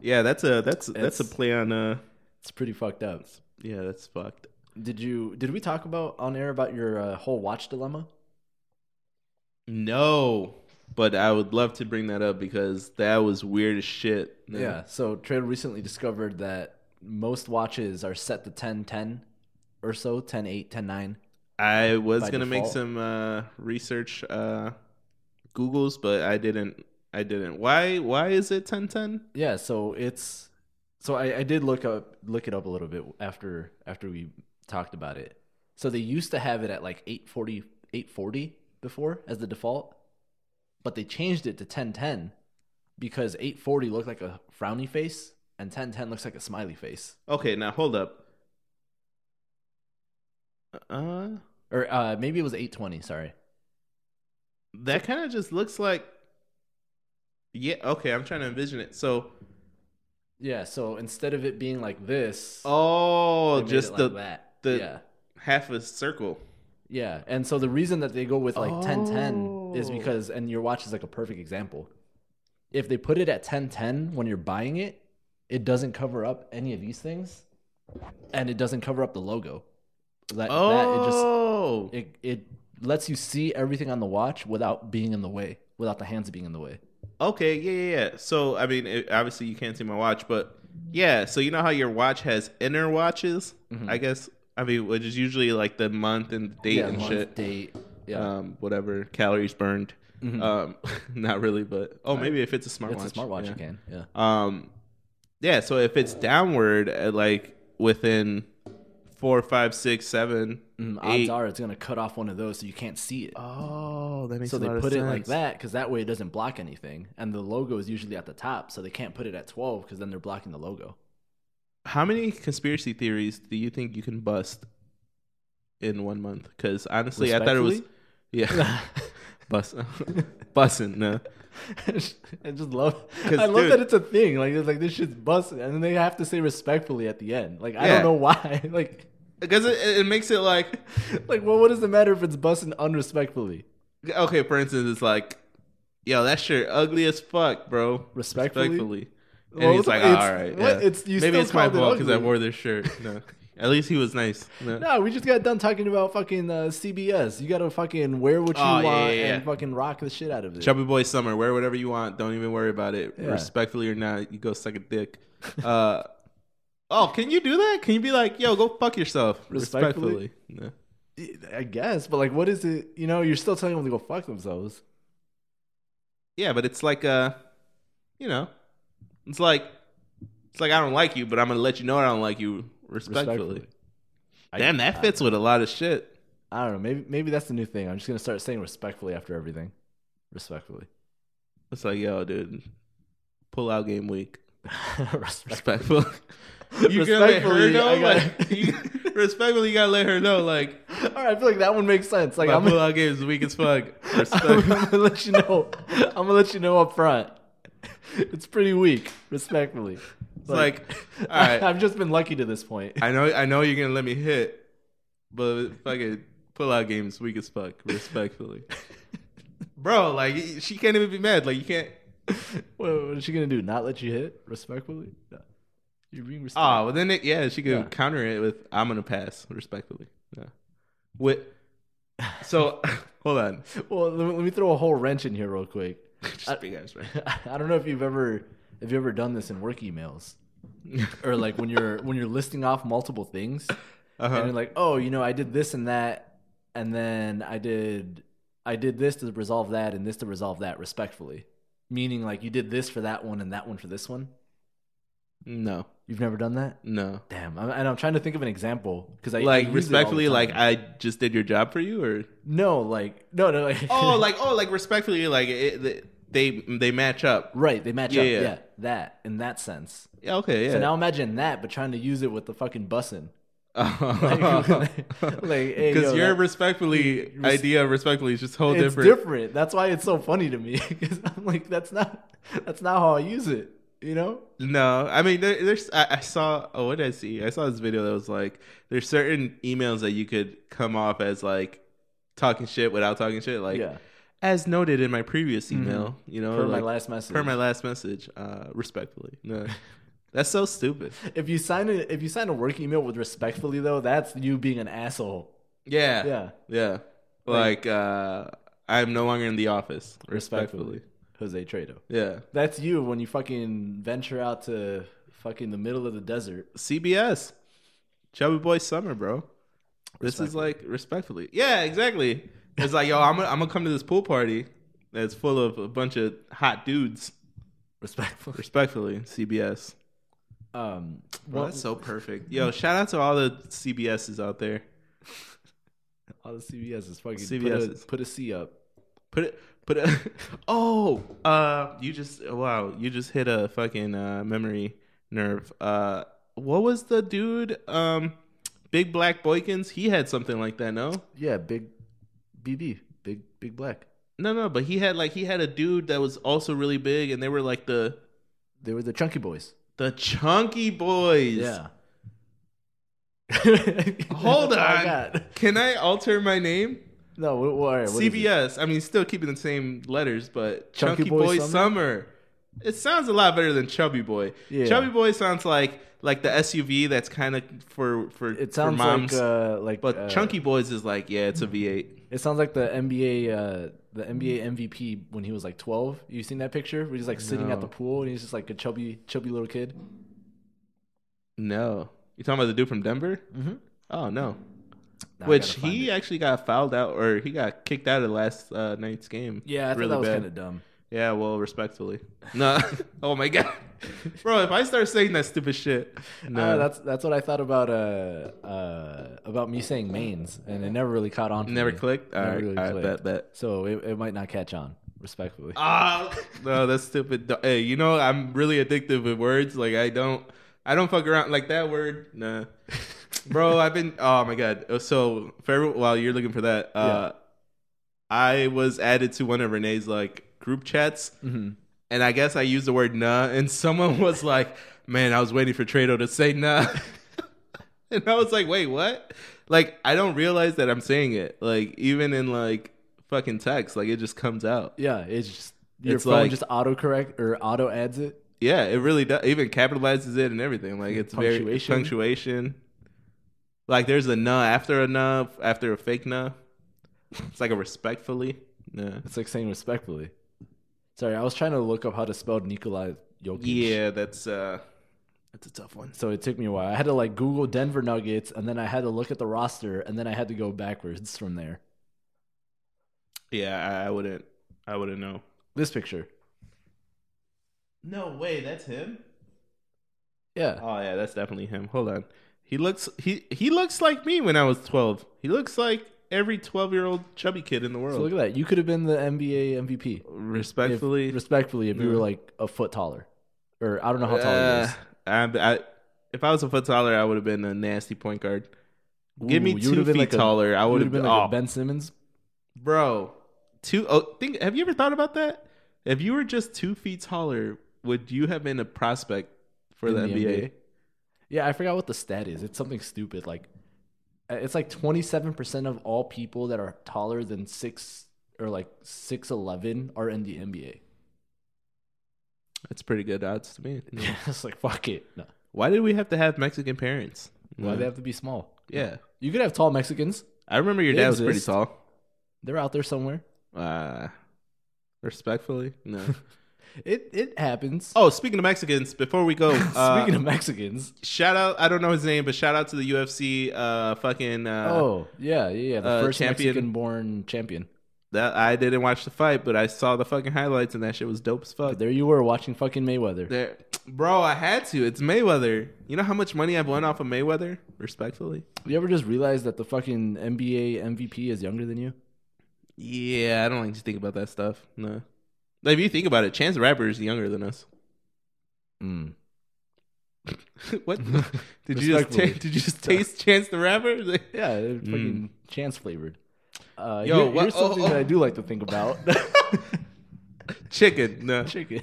yeah, that's a that's that's a
it's-
play on. Uh,
it's pretty fucked up.
yeah, that's fucked.
Did you? Did we talk about on air about your uh, whole watch dilemma?
No, but I would love to bring that up because that was weird as shit. Nah.
So Trail recently discovered that most watches are set to 10, 10 or so, 10, 8, 10, 9.
I was
By
gonna make
default.
some uh, research, uh, Google's, but I didn't. I didn't. Why? Why is it ten ten?
Yeah. So it's. So I, I did look up look it up a little bit after after we talked about it. So they used to have it at like 840, 840 before as the default, but they changed it to 1010 because 840 looked like a frowny face and 1010 looks like a smiley face.
Okay, now hold up. Uh,
Or uh, maybe it was 820, sorry.
that kind of just looks like. Yeah. Okay, I'm trying to envision it. So,
Yeah, so instead of it being like this,
oh,
they made
just
it
the
like that.
the-
yeah.
half a circle.
Yeah, and so the reason that they go with like ten ten is
Oh.
because, and your watch is like a perfect example. If they put it at ten ten when you're buying it, it doesn't cover up any of these things, and it doesn't cover up the logo. That,
Oh,
that it just it it lets you see everything on the watch without being in the way, without the hands being in the way.
okay. Yeah, yeah, yeah. So, I mean, it, obviously you can't see my watch, but yeah. So you know how your watch has inner watches?
Mhm.
I guess. I mean, which is usually like the month and date
yeah,
and
month,
shit.
date. Yeah,
um, whatever calories burned.
Mhm.
Um, [LAUGHS] not really, but oh, maybe if it's a
it's
smartwatch,
a smartwatch.
yeah.
You can. Yeah.
Um, yeah. So if it's downward, uh, like within four, five, six, seven.
Mm,
Eight.
odds are it's gonna cut off one of those so you can't see it.
Oh, that makes
so
a
they
lot of
put it like
sense.
that because that way it doesn't block anything, and the logo is usually at the top, so they can't put it at twelve because then they're blocking the
[LAUGHS]
logo. [LAUGHS]
How many conspiracy theories do you think you can bust in one month? Because honestly, I thought it was yeah, [LAUGHS]
[LAUGHS]
bust, busting. No,
I just love.
'Cause,
I love
dude-
that it's a thing. Like it's like this shit's busted, and then they have to say respectfully at the end. Like I
Yeah.
don't know [LAUGHS] why. Like
because it, it makes it like
like well, what does it matter if it's busting unrespectfully?
okay. For instance, it's like, yo, that shirt ugly as fuck, bro.
Respectfully?
And
Well,
he's like,
it's-
all right,
what?
yeah.
It's- you
maybe
still
it's my
called it
fault because I
ugly.
wore this shirt. No, at least he was nice. No.
No, we just got done talking about fucking uh, CBS. You gotta fucking wear what you
Oh,
want
yeah, yeah, yeah.
and fucking rock the shit out of it.
Chubby Boy Summer, wear whatever you want. Don't even worry about it.
Yeah.
Respectfully or not, you go suck a dick. Uh, [LAUGHS] oh, can you do that? Can you be like, yo, go fuck yourself?
Respectfully?
Respectfully. No.
I guess, but like, what is it? You know, you're still telling them to go fuck themselves.
Yeah, but it's like, uh, you know, it's like, it's like I don't like you, but I'm gonna let you know I don't like you respectfully.
Respectfully. I-
Damn, that fits with a lot of shit.
I don't know. Maybe maybe that's the new thing. I'm just gonna start saying respectfully after everything. Respectfully. [LAUGHS]
It's like, yo, dude, pull out game [LAUGHS] week.
Respect.
Respectful. You gonna let her
Respectfully, I
know,
got-
like, [LAUGHS] you- respectfully, you gotta let her know, [LAUGHS] like,
All right, I feel like that one makes sense. Like
my
I'm,
pull
gonna, [LAUGHS]
out game is weak as [LAUGHS] fuck.
I'm
Respect.
gonna let you know. I'm gonna let you know up front. [LAUGHS] It's pretty weak, respectfully. It's
like, all right.
[LAUGHS]
[LAUGHS]
I've just been lucky to this point.
I know I know you're gonna let me hit, but fucking pull out game is weak as fuck, [LAUGHS] respectfully. Bro, like she can't even be mad. Like you can't
[LAUGHS] What, what is she gonna do? Not let you hit respectfully? No. You're being respectful.
Oh, well then it, yeah, she could
Yeah.
counter it with I'm gonna pass, respectfully. Yeah.
[LAUGHS]
With so [LAUGHS] hold on.
well, let me, let me throw a whole wrench in here real quick. [LAUGHS]
Just
I- [LAUGHS]
big ass, right?
I don't know if you've ever if you have ever done this in work emails or like when you're when you're listing off multiple things and
Uh-huh.
you're like, oh, you know, I did this and that, and then I did I did this to resolve that and this to resolve that respectfully, meaning like you did this for that one and that one for this one.
No.
You've never done that.
No.
Damn, I'm, and I'm trying to think of an example because I I use it
Like
all the
respectfully, like
time.
I just did your job for you
[LAUGHS]
or
no, like no, no, like
Oh, like oh, like respectfully, like it, they they match up.
[LAUGHS] right, they match
Yeah,
up,
yeah.
yeah. that in that sense.
Yeah, okay, yeah.
So now imagine that, but trying to use it with the fucking bussin.
like,
[LAUGHS] Like,
[LAUGHS]
like, hey,
because
yo,
your
that-
respectfully
res-
idea of respectfully is just whole
it's
different.
different. That's why it's so funny to me [LAUGHS] because I'm like, that's not that's not how I use it. You know?
No, I mean there, there's I, I saw oh what did I see? I saw this video that was like there's certain emails that you could come off as like talking shit without talking shit like
yeah. Mm-hmm.
as noted in my previous email you know
Per my
Oh, like,
last message.
per my last message uh respectfully
[LAUGHS]
no that's so stupid
if you sign a if you sign a work email with respectfully though, that's you being an asshole.
yeah
Yeah.
yeah
Like-
like, uh I'm no longer in the office
Respectfully.
respectfully.
Jose Trado.
yeah
That's you when you fucking venture out to fucking the middle of the desert. [LAUGHS]
CBS, Chubby Boy Summer, bro. This is like respectfully, yeah, exactly. It's like yo, I'm gonna, I'm gonna come to this pool party that's full of a bunch of hot dudes.
Respectfully.
Respectfully, CBS.
Um
Bro, that's so perfect. Yo, shout out to all the CBSs out there.
all the CBS is fucking put
CBSs.
a, put a C up.
Put it, put it. [LAUGHS] oh, uh, you just wow, you just hit a fucking uh, memory nerve. Uh, what was the dude? Um, Big Black Boykins. He had something like that. No.
Yeah, big BB. Big big black.
No, no, but he had like he had a dude that was also really big, and they were like the
They were the chunky boys.
the chunky boys.
Yeah.
[LAUGHS] Hold
That's all [LAUGHS] I
on.
got.
Can I alter my name?
No, what, what, all right, what is it?
CBS. I mean, still keeping the same letters, but Chunky,
Chunky
Boy,
Boy
Summer?
Summer?
It sounds a lot better than Chubby Boy.
Yeah.
Chubby Boy sounds like like the SUV that's kind of for for
It
for
sounds
moms.
like uh, like
but
uh,
Chunky Boys is like yeah, it's a V8.
It sounds like the NBA uh, the NBA MVP when he was like twelve. You seen that picture? Where he's like sitting at
No.
the pool and he's just like a chubby chubby little kid.
No, you talking about the dude from Denver?
Mm-hmm.
Oh no. Which he actually got fouled out, or he got kicked out of last uh, night's game.
yeah, I thought
really
that was
bad.
kind of dumb.
Yeah,
[LAUGHS]
well, respectfully. No. [LAUGHS] oh my god, bro! If I start saying that stupid shit, no,
Uh, that's that's what I thought about uh, uh, about me saying mains, and it never really caught on. for
never
me.
clicked. All
Never
right,
really
all right,
clicked.
bet, bet.
So it, it might not catch on, respectfully.
Ah, [LAUGHS] no, that's stupid. Hey, you know I'm really addictive with words. Like I don't, I don't fuck around like that word. Nah, bro. I've been. Oh my god. So for while you're looking for that, uh, I was added to one of Renee's like group chats,
Mhm.
and I guess I used the word nah, and someone was like, "Man, I was waiting for Trado to say nah," [LAUGHS] and I was like, "Wait, what?" Like I don't realize that I'm saying it. Like even in like fucking text, like it just comes out.
Yeah, it's just your
It's
phone
like-
just auto correct or auto adds it.
Yeah, it really does. Even capitalizes it and everything. Like it's
Punctuation.
very punctuation. Like there's a nah after a nah after a fake nah. It's like a respectfully. Nah.
It's like saying respectfully. Sorry, I was trying to look up how to spell Nikolai Jokic.
Yeah, that's uh, that's a tough one.
So it took me a while. I had to like Google Denver Nuggets, and then I had to look at the roster, and then I had to go backwards from there.
Yeah, I, I wouldn't. I wouldn't know.
This picture,
No way, that's him.
yeah,
Oh yeah, that's definitely him. Hold on. He looks he he looks like me when I was twelve. He looks like every twelve year old chubby kid in the world.
so look at that. You could have been the NBA MVP. If-
respectfully, Mm.
respectfully, if you were
Yeah.
like a foot taller, or I don't know how tall he is.
Uh, I, I, if I was a foot taller, I would have been a nasty point guard. Give
Ooh,
me
you
two
would've
feet
been like a-
taller. I
You
would
would have
have
been
been.
like
oh,
a Ben Simmons.
bro, two. Oh, think. Have you ever thought about that? If you were just two feet taller, would you have been a prospect for
In
the,
the
NBA?
NBA? Yeah, I forgot what the stat is. It's something stupid. Like, uh, it's like twenty seven percent of all people that are taller than six or like six eleven are in the NBA.
That's pretty good odds to me.
[LAUGHS]
[LAUGHS]
it's like fuck it. No.
Why did we have to have Mexican parents?
Why they have to be small?
yeah,
You could have tall Mexicans.
I remember your
They
dad was pretty
exist.
tall.
They're out there somewhere.
Uh, respectfully,
[LAUGHS]
no.
It it happens.
oh, speaking of Mexicans, before we go,
[LAUGHS]
uh,
Speaking of Mexicans,
shout out i don't know his name but shout out to the ufc uh fucking uh
oh yeah, yeah, yeah. The
uh,
first
champion.
Mexican-born champion.
that i didn't watch the fight but i saw the fucking highlights and that shit was dope as fuck
There you were watching fucking Mayweather.
there bro i had to it's mayweather you know how much money i've won off of mayweather respectfully
You ever just realize that the fucking NBA MVP is younger than you?
yeah i don't like to think about that stuff no Like, if you think about it chance the rapper is younger than us [LAUGHS]
Mm.
what [LAUGHS] did you just ta-
Respectfully.
did you just taste chance the rapper [LAUGHS] Like-
Yeah, they're fucking chance flavored. Uh,
Mm. Yo,
here-
what-
here's
oh,
something
oh.
that I do like to think
[LAUGHS]
about: [LAUGHS]
chicken no
chicken.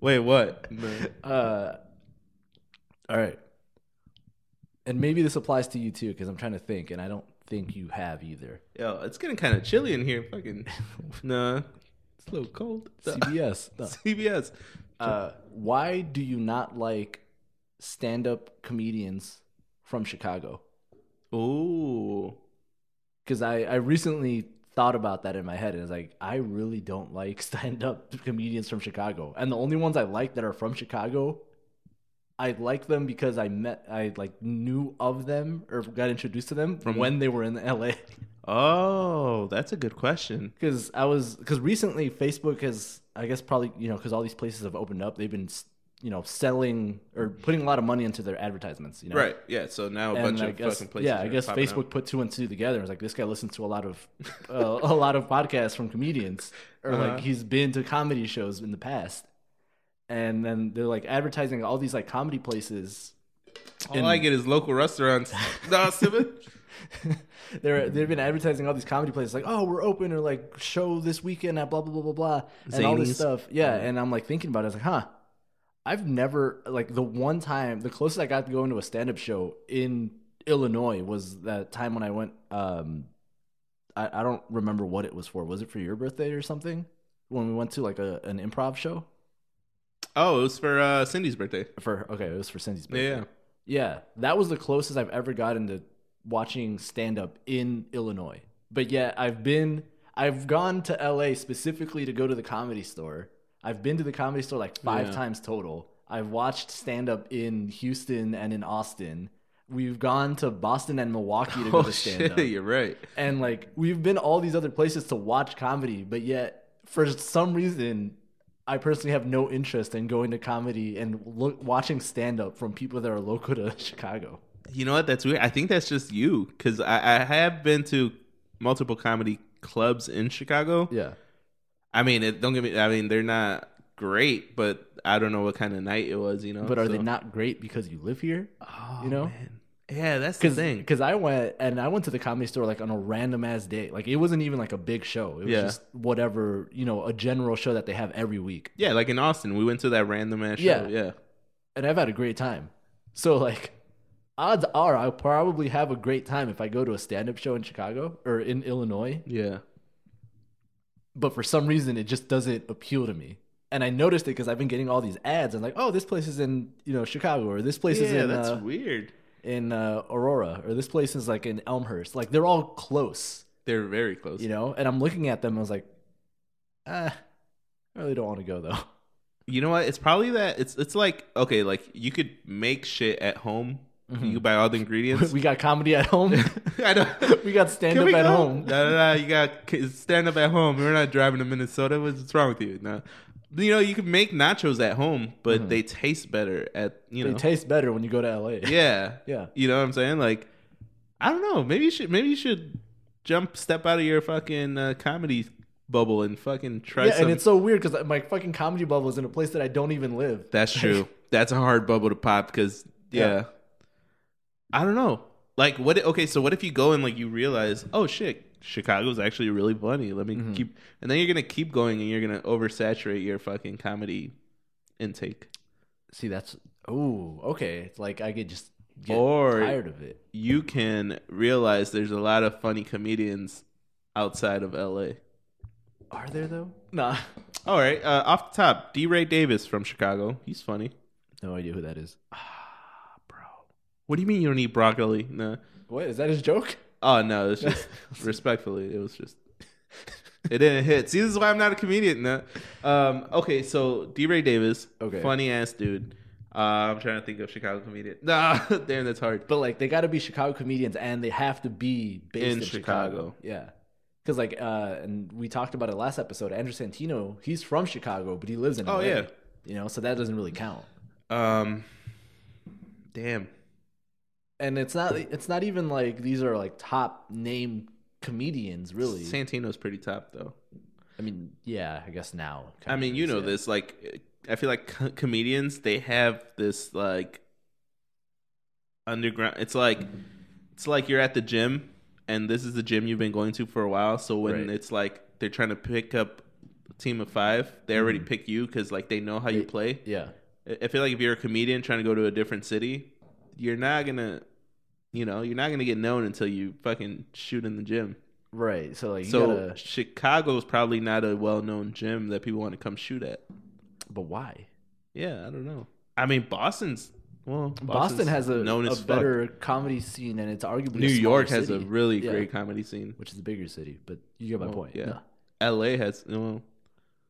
wait what no.
Uh, all right, and maybe this applies to you too, because I'm trying to think, and I don't think you have either.
Yo, it's getting kind of chilly in here.
[LAUGHS]
Fucking, nah, it's a little cold.
CBS. No.
[LAUGHS] CBS.
Uh, why do you not like stand-up comedians from Chicago?
Ooh,
because I, I recently thought about that in my head and it's like i really don't like [LAUGHS] stand-up comedians from chicago and the only ones i like that are from chicago i like them because i met i like knew of them or got introduced to them from when they were in la [LAUGHS]
oh, that's a good question.
because i was because recently facebook has i guess probably you know because all these places have opened up they've been you know selling or putting a lot of money into their advertisements you know
Right. Yeah. So now a
and
bunch
I
of
guess,
fucking places.
Yeah, I
are
guess
popping up.
Facebook put two and two together. and was like, this guy listens to a lot of uh, a lot of podcasts from comedians, or
Uh-huh.
like he's been to comedy shows in the past. And then they're like advertising all these like comedy places.
All I get is
[LAUGHS]
local restaurants. [LAUGHS] nah, Simon.
They're they've been advertising all these comedy places like, oh, we're open or like show this weekend at blah blah blah blah blah, and all
Zanies.
this stuff. Yeah, and I'm like thinking about it. I was like, huh. I've never like the one time the closest I got to going to a stand up show in Illinois was that time when I went. Um, I, I don't remember what it was for. Was it for your birthday or something? When we went to like a an improv show
Oh, it was for uh, Cindy's birthday.
for okay, it was for Cindy's
Yeah,
birthday.
yeah.
Yeah, that was the closest I've ever gotten to watching stand up in Illinois. But yet I've been I've gone to LA specifically to go to the comedy store. I've been to the comedy store like 5
Yeah.
times total. I've watched stand up in Houston and in Austin. We've gone to Boston and Milwaukee to go
[LAUGHS] Oh
to stand
shit,
up.
you're right.
And like we've been all these other places to watch comedy, but yet for some reason I personally have no interest in going to comedy and look, watching stand up from people that are local to [LAUGHS] Chicago.
You know what? That's weird. I think that's just you because I, I have been to multiple comedy clubs in Chicago.
Yeah.
I mean, it, don't get me. I mean, they're not great, but I don't know what kind of night it was. You know.
But are they
so-
not great because you live here?
Oh,
you know?
man. Yeah, that's the
Cause,
thing.
'cause I went and I went to the comedy store like on a random ass day. Like it wasn't even like a big show. It was
Yeah.
just whatever, you know, a general show that they have every week.
Yeah, like in Austin, we went to that random ass show.
Yeah.
Yeah. yeah.
And I've had a great time. So like odds are I'll probably have a great time if I go to a stand up show in Chicago or in Illinois. But for some reason it just doesn't appeal to me. And I noticed it because I've been getting all these ads and like, oh, this place is in, you know, Chicago or this place is
Yeah,
in
that's
uh,
weird.
in uh, Aurora or this place is like in Elmhurst. Like they're all close.
They're very close.
you know and i'm looking at them i was like ah, i really don't want to go though [LAUGHS]
You know what? It's probably that it's it's like okay, like you could make shit at home. You could buy all the ingredients.
we got comedy at
[LAUGHS]
home
I don't.
Mm-hmm. [LAUGHS] we got stand up
Can we
at
go?
home
No, no, no. You got k- stand up at home. We're not driving to Minnesota. What's wrong with you? No. You know, you can make nachos at home, but they taste better at you
Mm-hmm. they
know.
taste better when you go to la yeah,
yeah. You know what I'm saying? Like, I don't know. Maybe you should. Maybe you should jump, step out of your fucking uh, comedy bubble and fucking try
yeah
some.
and it's so weird because my fucking comedy bubble is in a place that i don't even live
That's true. That's a hard bubble to pop because yeah.
Yeah.
I don't know. Like what? i- Okay, so what if you go and like you realize, oh shit, Chicago's actually really funny. Let me keep, and then you're gonna keep going and you're gonna oversaturate your fucking comedy intake.
see that's oh okay it's like i could just get
Or-
tired of it
You can realize there's a lot of funny comedians outside of LA.
are there though nah
All right, uh, off the top, D. Ray Davis from Chicago. He's funny.
no idea who that is
Bro, what do you mean you don't eat broccoli? No.
what is that his joke
Oh no,
[LAUGHS]
it's just respectfully, it was just it didn't hit. See, this is why I'm not a comedian. No. Um, okay, so D. Ray Davis,
Okay.
funny ass dude. Uh, I'm trying to think of Chicago comedian. [LAUGHS] Nah, damn, that's hard.
but like they got to be Chicago comedians and they have to be based in,
In
Chicago.
Chicago.
Yeah. Cuz like uh and we talked about it last episode Andrew Santino, he's from Chicago but he lives in
Oh,
LA.
yeah.
You know, so that doesn't really count.
Um, damn.
And it's not it's not even like these are like top name comedians really.
Santino's pretty top though.
I mean, yeah, I guess now.
I mean, you know
Yeah.
this. Like, I feel like co- comedians they have this like underground. It's like it's like you're at the gym, and this is the gym you've been going to for a while. So when
Right.
it's like they're trying to pick up a team of five, they
Mm-hmm.
already pick you because like they know how you play.
Yeah.
I I feel like if you're a comedian trying to go to a different city, you're not gonna. You know, you're not gonna get known until you fucking shoot in the gym.
Right. So like you
So
got to
Chicago's probably not a well-known gym that people want to come shoot at.
but why?
Yeah, I don't know. I mean, Boston's well,
Boston
Boston's
has a,
known
a
as fuck.
better comedy scene and it's arguably a
New
smaller
York has a
city.
really
Yeah,
great comedy scene.
which is a bigger city, but you get my
Well,
point.
yeah.
No.
L.A. has well,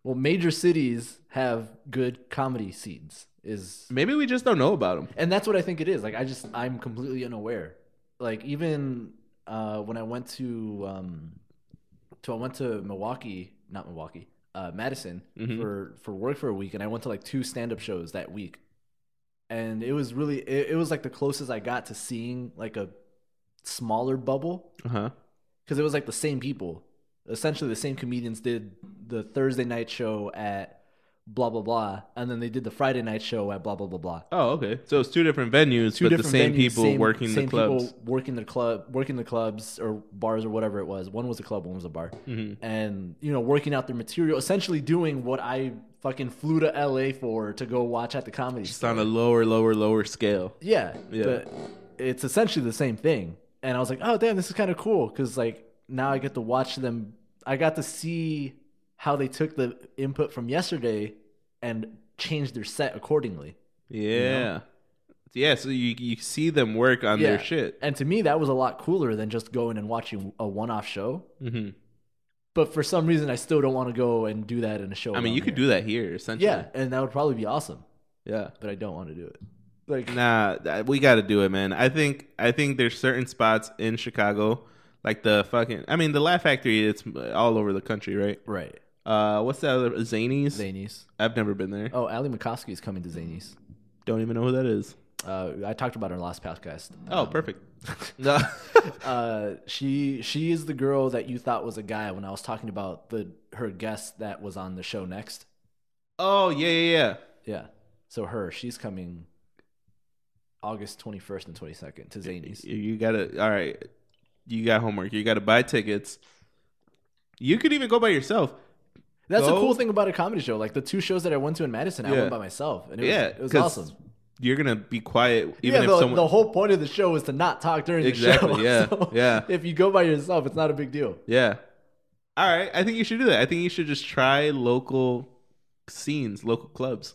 Well, major cities have good comedy scenes is
maybe we just don't know about them.
and that's what I think it is. Like I just I'm completely unaware. Like even uh when I went to um to I went to Milwaukee, not Milwaukee, uh Madison
Mhm.
for for work for a week and I went to like two stand-up shows that week. And it was really it, it was like the closest I got to seeing like a smaller bubble
Uh huh.
because it was like the same people, essentially the same comedians did the Thursday night show at blah blah blah, and then they did the Friday night show at blah blah blah blah.
Oh, okay. So it's two different venues,
Two
but the
different
same
venues,
people
same-
working
same
the clubs.
people working the club, working the clubs or bars or whatever it was. One was a club, one was a bar,
Mm-hmm.
and you know working out their material, essentially doing what I fucking flew to LA for to go watch at the comedy.
Just on a lower, lower, lower scale.
Yeah,
Yeah.
But it's essentially the same thing. And I was like, oh damn, this is kind of cool because like now I get to watch them. I got to see how they took the input from yesterday and changed their set accordingly.
Yeah. Yeah. So you you see them work on
Yeah.
their shit.
And to me, that was a lot cooler than just going and watching a one-off show.
hmm
But for some reason, I still don't want to go and do that in a show.
I mean, you could do that here, essentially.
yeah, and that would probably be awesome.
Yeah.
But I don't want to do it. Like,
Nah, th- we got to do it, man. I think I think there's certain spots in Chicago, like the fucking. I mean, the Laugh Factory. It's all over the country, right?
right?
Uh, what's that other Zanies?
Zanies.
I've never been there.
Oh, Ali McCoskey is coming to Zanies.
Don't even know who that is.
Uh, I talked about her in last podcast.
Oh,
Um,
perfect.
[LAUGHS]
No. [LAUGHS]
uh, she she is the girl that you thought was a guy when I was talking about the her guest that was on the show next.
oh yeah, yeah, yeah.
Yeah. So her, she's coming August twenty first and twenty second to Zanies.
You- You gotta. All right, you got homework. You gotta buy tickets. You could even go by yourself.
That's the
Go.
cool thing about a comedy show. Like the two shows that I went to in Madison, I
Yeah.
went by myself, and it was,
Yeah,
it was
'cause
awesome.
You're gonna be quiet even
yeah,
if
the,
someone.
the whole point of the show is to not talk during the show. [LAUGHS]
Exactly, yeah,
So
yeah.
If you go by yourself, it's not a big deal.
Yeah. All right. I think you should do that. I think you should just try local scenes, local clubs.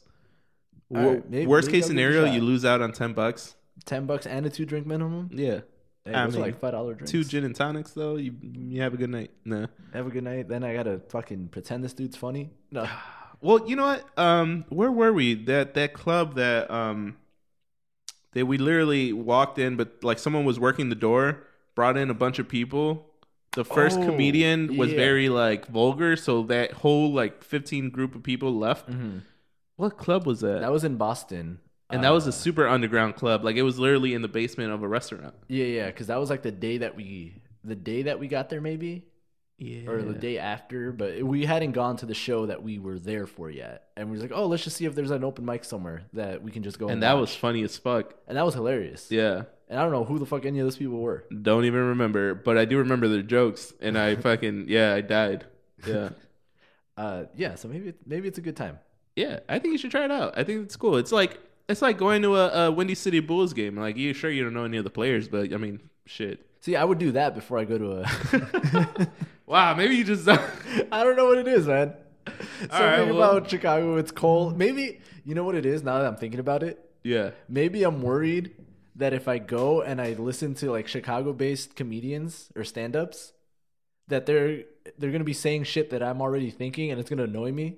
All
Wo-
right, maybe-
worst
maybe
case
I'll give it a
scenario,
shot.
you lose out on ten bucks.
Ten bucks and a two drink minimum.
Yeah.
Hey,
I
those are
mean,
like five dollar drinks.
Two gin and tonics though. You you have a good night. Nah.
Have a good night. Then I gotta fucking pretend this dude's funny. No, [SIGHS]
Well, you know what? Um, where were we? That that club that um, that we literally walked in, but like someone was working the door, brought in a bunch of people. The first
Oh,
comedian was
yeah.
very like vulgar, so that whole like fifteen group of people left. Mm-hmm.
Mm-hmm.
What club was that?
that was in Boston,
and that was
Uh,
a super underground club. Like it was literally in the basement of a restaurant.
yeah, yeah, because that was like the day that we, the day that we got there, maybe
Yeah.
or the day after, but we hadn't gone to the show that we were there for yet, and we was like, oh, let's just see if there's an open mic somewhere that we can just go.
and that
watch.
was funny as fuck.
and that was hilarious.
Yeah.
and I don't know who the fuck any of those people were.
Don't even remember, but I do remember their jokes, and
[LAUGHS]
I fucking yeah, I died. Yeah.
Uh, yeah, so maybe it- maybe it's a good time.
Yeah, I think you should try it out. I think it's cool. It's like it's like going to a, a Windy City Bulls game. Like you sure you don't know any of the players, but I mean, shit.
See, I would do that before I go to a. [LAUGHS]
Wow, maybe you just [LAUGHS]
I don't know what it is, man. Something
All right, well-
about Chicago. It's cold. Maybe you know what it is. Now that I'm thinking about it,
yeah.
maybe I'm worried that if I go and I listen to like Chicago-based comedians or stand-ups, that they're they're gonna be saying shit that I'm already thinking, and it's gonna annoy me.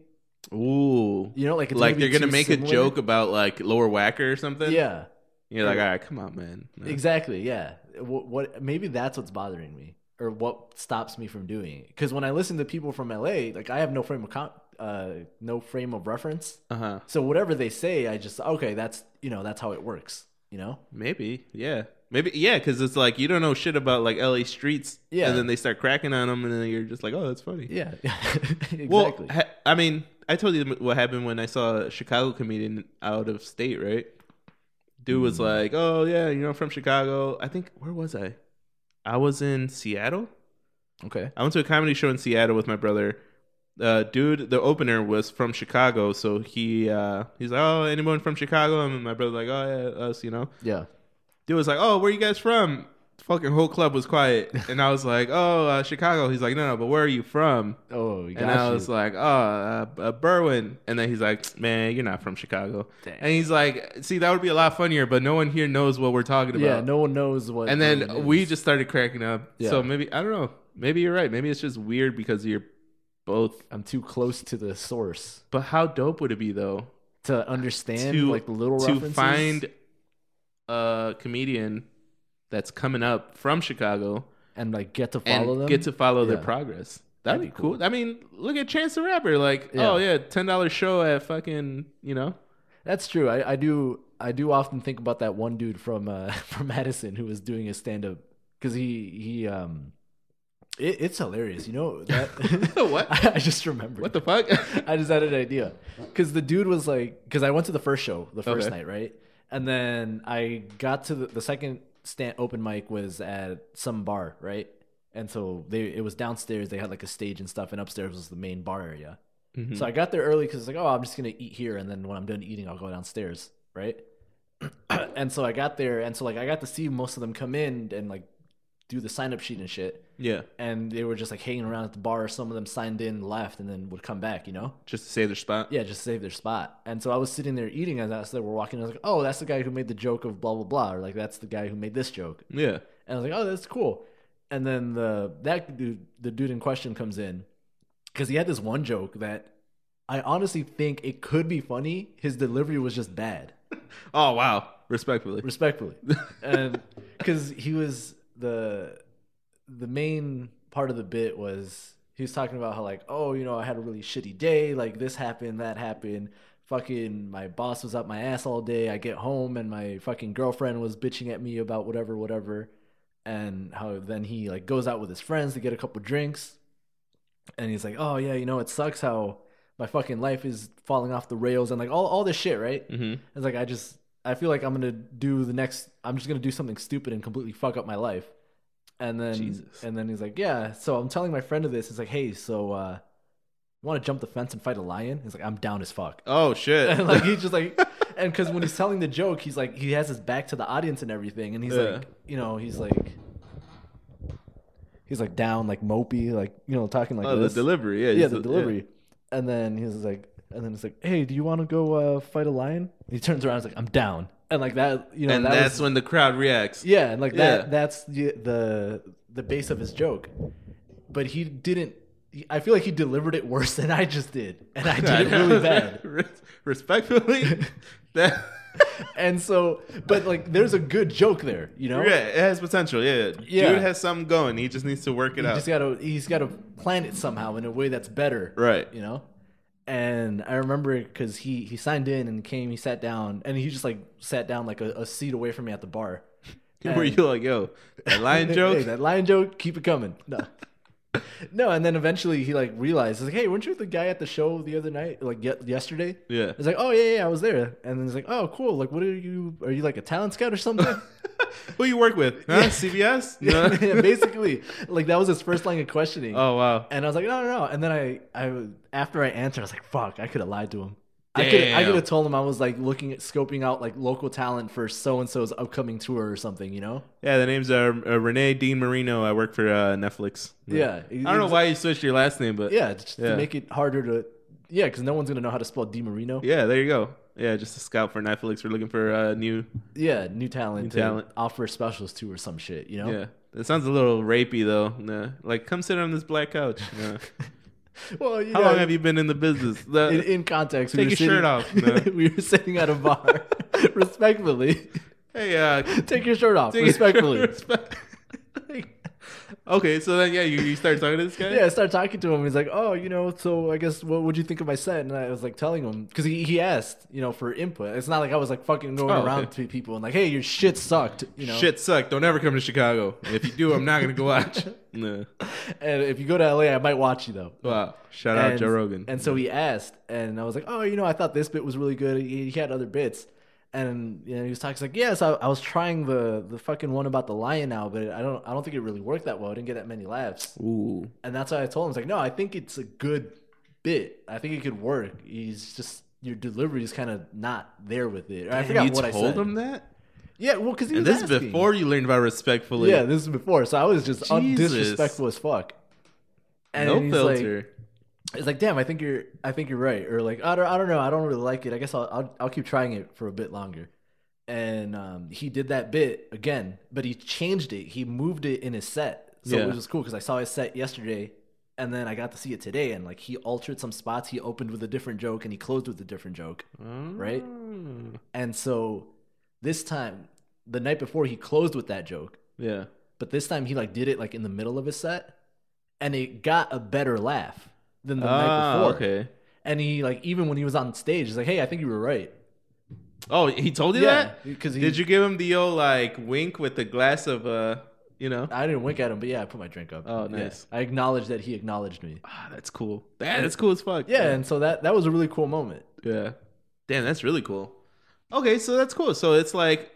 Ooh,
You know, like it's
like
be
they're gonna
too
make a
similar.
joke about like lower whacker or something.
Yeah,
you're like, all right, come on, man. No.
exactly. Yeah. What, what? Maybe that's what's bothering me, or what stops me from doing it. Because when I listen to people from LA, like I have no frame of con- uh, no frame of reference.
Uh huh.
So whatever they say, I just okay. That's you know that's how it works. You know.
Maybe. Yeah. Maybe. Yeah, because it's like you don't know shit about like L.A. streets.
Yeah.
And then they start cracking on them, and then you're just like, oh, that's funny.
Yeah. [LAUGHS] exactly.
Well, ha- I mean, I told you what happened when I saw a Chicago comedian out of state, right? Dude
Mm.
was like, "Oh yeah, you know, I'm from Chicago." I think where was I? I was in Seattle.
okay.
I went to a comedy show in Seattle with my brother. Uh, dude, the opener was from Chicago, so he uh, he's like, "Oh, anyone from Chicago?" And my brother like, "Oh yeah, us," you know.
Yeah.
Dude was like, "Oh, where you guys from?" Fucking whole club
[LAUGHS]
was quiet, and I was like, "Oh, uh, Chicago." He's like, "No, no, but where are you from?"
Oh, we got
And I
you.
was like, oh, uh, uh, Berwin. And then he's like, man, you're not from Chicago.
Damn.
And he's like, see, that would be a lot funnier, but no one here knows what we're talking about.
yeah. No one knows what.
and
it
then
is.
we just started cracking up.
Yeah.
So maybe, I don't know. Maybe you're right. Maybe it's just weird because you're both.
I'm too close to the source
But how dope would it be, though,
to understand
To-
like the little
to
references.
find a comedian that's coming up from Chicago
and like get to
and
follow them.
get to follow their
Yeah.
progress? That'd,
That'd
be
be
cool. I mean, look at Chance the Rapper. Like,
Yeah.
oh, yeah, $10 show at fucking, you know.
That's true. I, I do. I do often think about that one dude from uh, [LAUGHS] from Madison who was doing a stand up because he he um. It, it's hilarious, you know. That,
[LAUGHS] What?
[LAUGHS] I, I just remembered.
What the fuck? [LAUGHS]
I just had an idea because the dude was like, because I went to the first show the first
Okay.
night, right? And then I got to the, the second stand open mic was at some bar, right? And so they it was downstairs. They had like a stage and stuff, and upstairs was the main bar area. So I got there early because like, oh, I'm just gonna eat here, and then when I'm done eating, I'll go downstairs, right? [CLEARS THROAT] and so I got there, and so like I got to see most of them come in and like do the sign up sheet and shit,
yeah,
and they were just like hanging around at the bar. Some of them signed in, left, and then would come back, you know?
just to save their spot.
Yeah, just save their spot. And so I was sitting there eating, and as they were walking, I was like, oh, that's the guy who made the joke of blah blah blah, or like that's the guy who made this joke.
yeah.
And I was like, oh, that's cool. And then the that dude, the dude in question comes in because he had this one joke that I honestly think it could be funny. His delivery was just bad,
Oh wow, respectfully.
respectfully, Um, and because he was the the main part of the bit was he was talking about how like, oh, you know, I had a really shitty day. Like this happened, that happened. Fucking my boss was up my ass all day. I get home and my fucking girlfriend was bitching at me about whatever, whatever. And how then he like goes out with his friends to get a couple drinks, and he's like, oh yeah, you know, it sucks how my fucking life is falling off the rails and like all all this shit, right?
hmm
It's like I just I feel like I'm gonna do the next. I'm just gonna do something stupid and completely fuck up my life. And then
Jesus.
and then he's like, yeah. So I'm telling my friend of this. He's like, hey, so uh, you want to jump the fence and fight a lion? He's like, I'm down as fuck. [LAUGHS]
Oh [LAUGHS] shit.
And like he's just like, and because when he's telling the joke, he's like, he has his back to the audience and everything, and he's
Yeah.
like, you know, he's like. He's like down, like mopey, like you know, talking like
oh, [LAUGHS] the
this
delivery. Yeah.
yeah,
just
the delivery. And then he's like, and then it's like, hey, do you want to go uh, fight a lion? And he turns around, he's like, I'm down. And like that, you know,
And
that
that's
was,
when the crowd reacts.
yeah, and like
Yeah. [LAUGHS]
that, that's the, the the base of his joke. But he didn't. he- I feel like he delivered it worse [LAUGHS] than I just did, and
[LAUGHS]
I did it really bad.
Respectfully, that [LAUGHS]
And so, but like, there's a good joke there, you know.
yeah, it has potential. Yeah.
Yeah.
dude has something going. He just needs to work it
He
out.
just gotta, he's gotta plan it somehow in a way that's better,
right.
you know and i remember because he he signed in and came he sat down and he just like sat down like a, a seat away from me at the
[LAUGHS]
bar
Where
And-
you like, yo, that
[LAUGHS]
lion [LAUGHS]
Hey,
joke?
that lion joke keep it coming
[LAUGHS]
no no and then eventually he like realized like hey weren't you the guy at the show the other night like ye- yesterday
Yeah.
He's like, oh yeah, yeah, I was there, and then he's like, oh cool, like what are you? Are you like a talent scout or
[LAUGHS]
something?
Who you work with? Huh? CBS? No.
[LAUGHS] Yeah, basically, like that was his first line of questioning.
[LAUGHS] Oh wow.
And I was like, no, no, no. And then I, I after I answered, I was like, fuck, I could have lied to him. I could, I
Damn.
could have told him I was like looking at scoping out like local talent for so and so's upcoming tour or something. You know?
Yeah, the name's uh, uh, Renee Dean Marino. I work for uh, Netflix.
Yeah.
I don't know why you switched your last name, but yeah,
Yeah, just
Yeah.
to make it harder to. Yeah, because no one's gonna know how to spell Di Marino. Yeah,
there you go. Yeah, just a scout for Netflix. We're looking for uh, new.
new talent.
New
to
talent.
Offer specials too or some shit. You know?
Yeah, that sounds a little rapey though. Nah. Like, come sit on this black couch.
[LAUGHS]
Nah.
Well, you
How
know,
long have you been in the business? Nah.
In, in context,
Take
we were
your shirt off, man.
[LAUGHS] sitting, we were sitting at a bar, [LAUGHS] respectfully.
[LAUGHS]
[LAUGHS]
hey, uh,
Take your shirt off,
take-
respectfully.
respect- [LAUGHS] okay, so then yeah, you, you start talking to this guy.
Yeah, I started talking to him. He's like, "Oh, you know, so I guess what would you think of my set?" And I was like telling him because he, he asked, you know, for input. It's not like I was like fucking going
Oh,
around
okay.
to people and like, "Hey, your shit sucked," you know.
Shit suck. Don't ever come to Chicago. If you do, I'm not gonna go
[LAUGHS]
watch. Nah.
And if you go to LA, I might watch you though.
Wow. Oh, Shout
and,
out Joe Rogan.
And so he asked, and I was like, "Oh, you know, I thought this bit was really good. He, he had other bits." And you know, he was talking he's like, "Yes, I, I was trying the the fucking one about the lion now, but I don't I don't think it really worked that well. I didn't get that many laughs."
Ooh.
And that's why I told him, I was like, no, I think it's a good bit. I think it could work. He's just, your delivery is kind of not there with it. Or I
And
forgot
you
what
told
I said.
him that?
Yeah, well, because he
And
was
this is
asking.
before you learned about respectfully.
Yeah, this is before. So I was just un-
Jesus.
disrespectful as fuck. And
no
he's
filter.
Like, it's like, damn, I think you're, I think you're right. Or like, I don't, I don't know, I don't really like it. I guess I'll, I'll, I'll keep trying it for a bit longer. And um, he did that bit again, but he changed it. He moved it in his set, so
Yeah.
it was cool because I saw his set yesterday, and then I got to see it today. And like, he altered some spots. He opened with a different joke, and he closed with a different joke. right?
Oh.
And so this time, the night before, he closed with that joke,
Yeah.
but this time he like did it like in the middle of his set, and it got a better laugh than the night
Ah,
before.
okay.
And he like even when he was on stage, he's like, "Hey, I think you were right."
Oh, he told you that?
because
Did you give him the old like wink with the glass of uh, you know?
I didn't wink at him, but yeah, I put my drink up.
Oh,
Yeah.
nice.
I acknowledged that he acknowledged me.
Ah, that's cool. That, that's cool as fuck.
Yeah, and so that that was a really cool moment.
Yeah. Damn, that's really cool. Okay, so that's cool. So it's like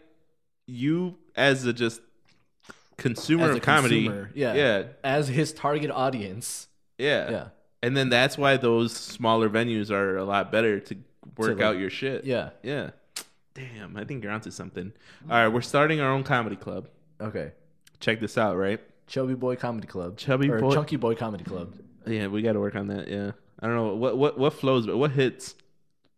you as a just consumer
As a
of comedy.
consumer, yeah.
Yeah.
As his target audience,
Yeah.
yeah,
And then that's why those smaller venues are a lot better to work
like-
out your shit.
yeah,
Yeah. Damn, I think you're onto something. All right, we're starting our own comedy club.
okay.
Check this out, right?
Chubby Boy Comedy Club,
Chubby
or
Boy-
Chunky Boy Comedy Club.
Yeah, we got to work on that. Yeah. I don't know what what what flows, but what hits?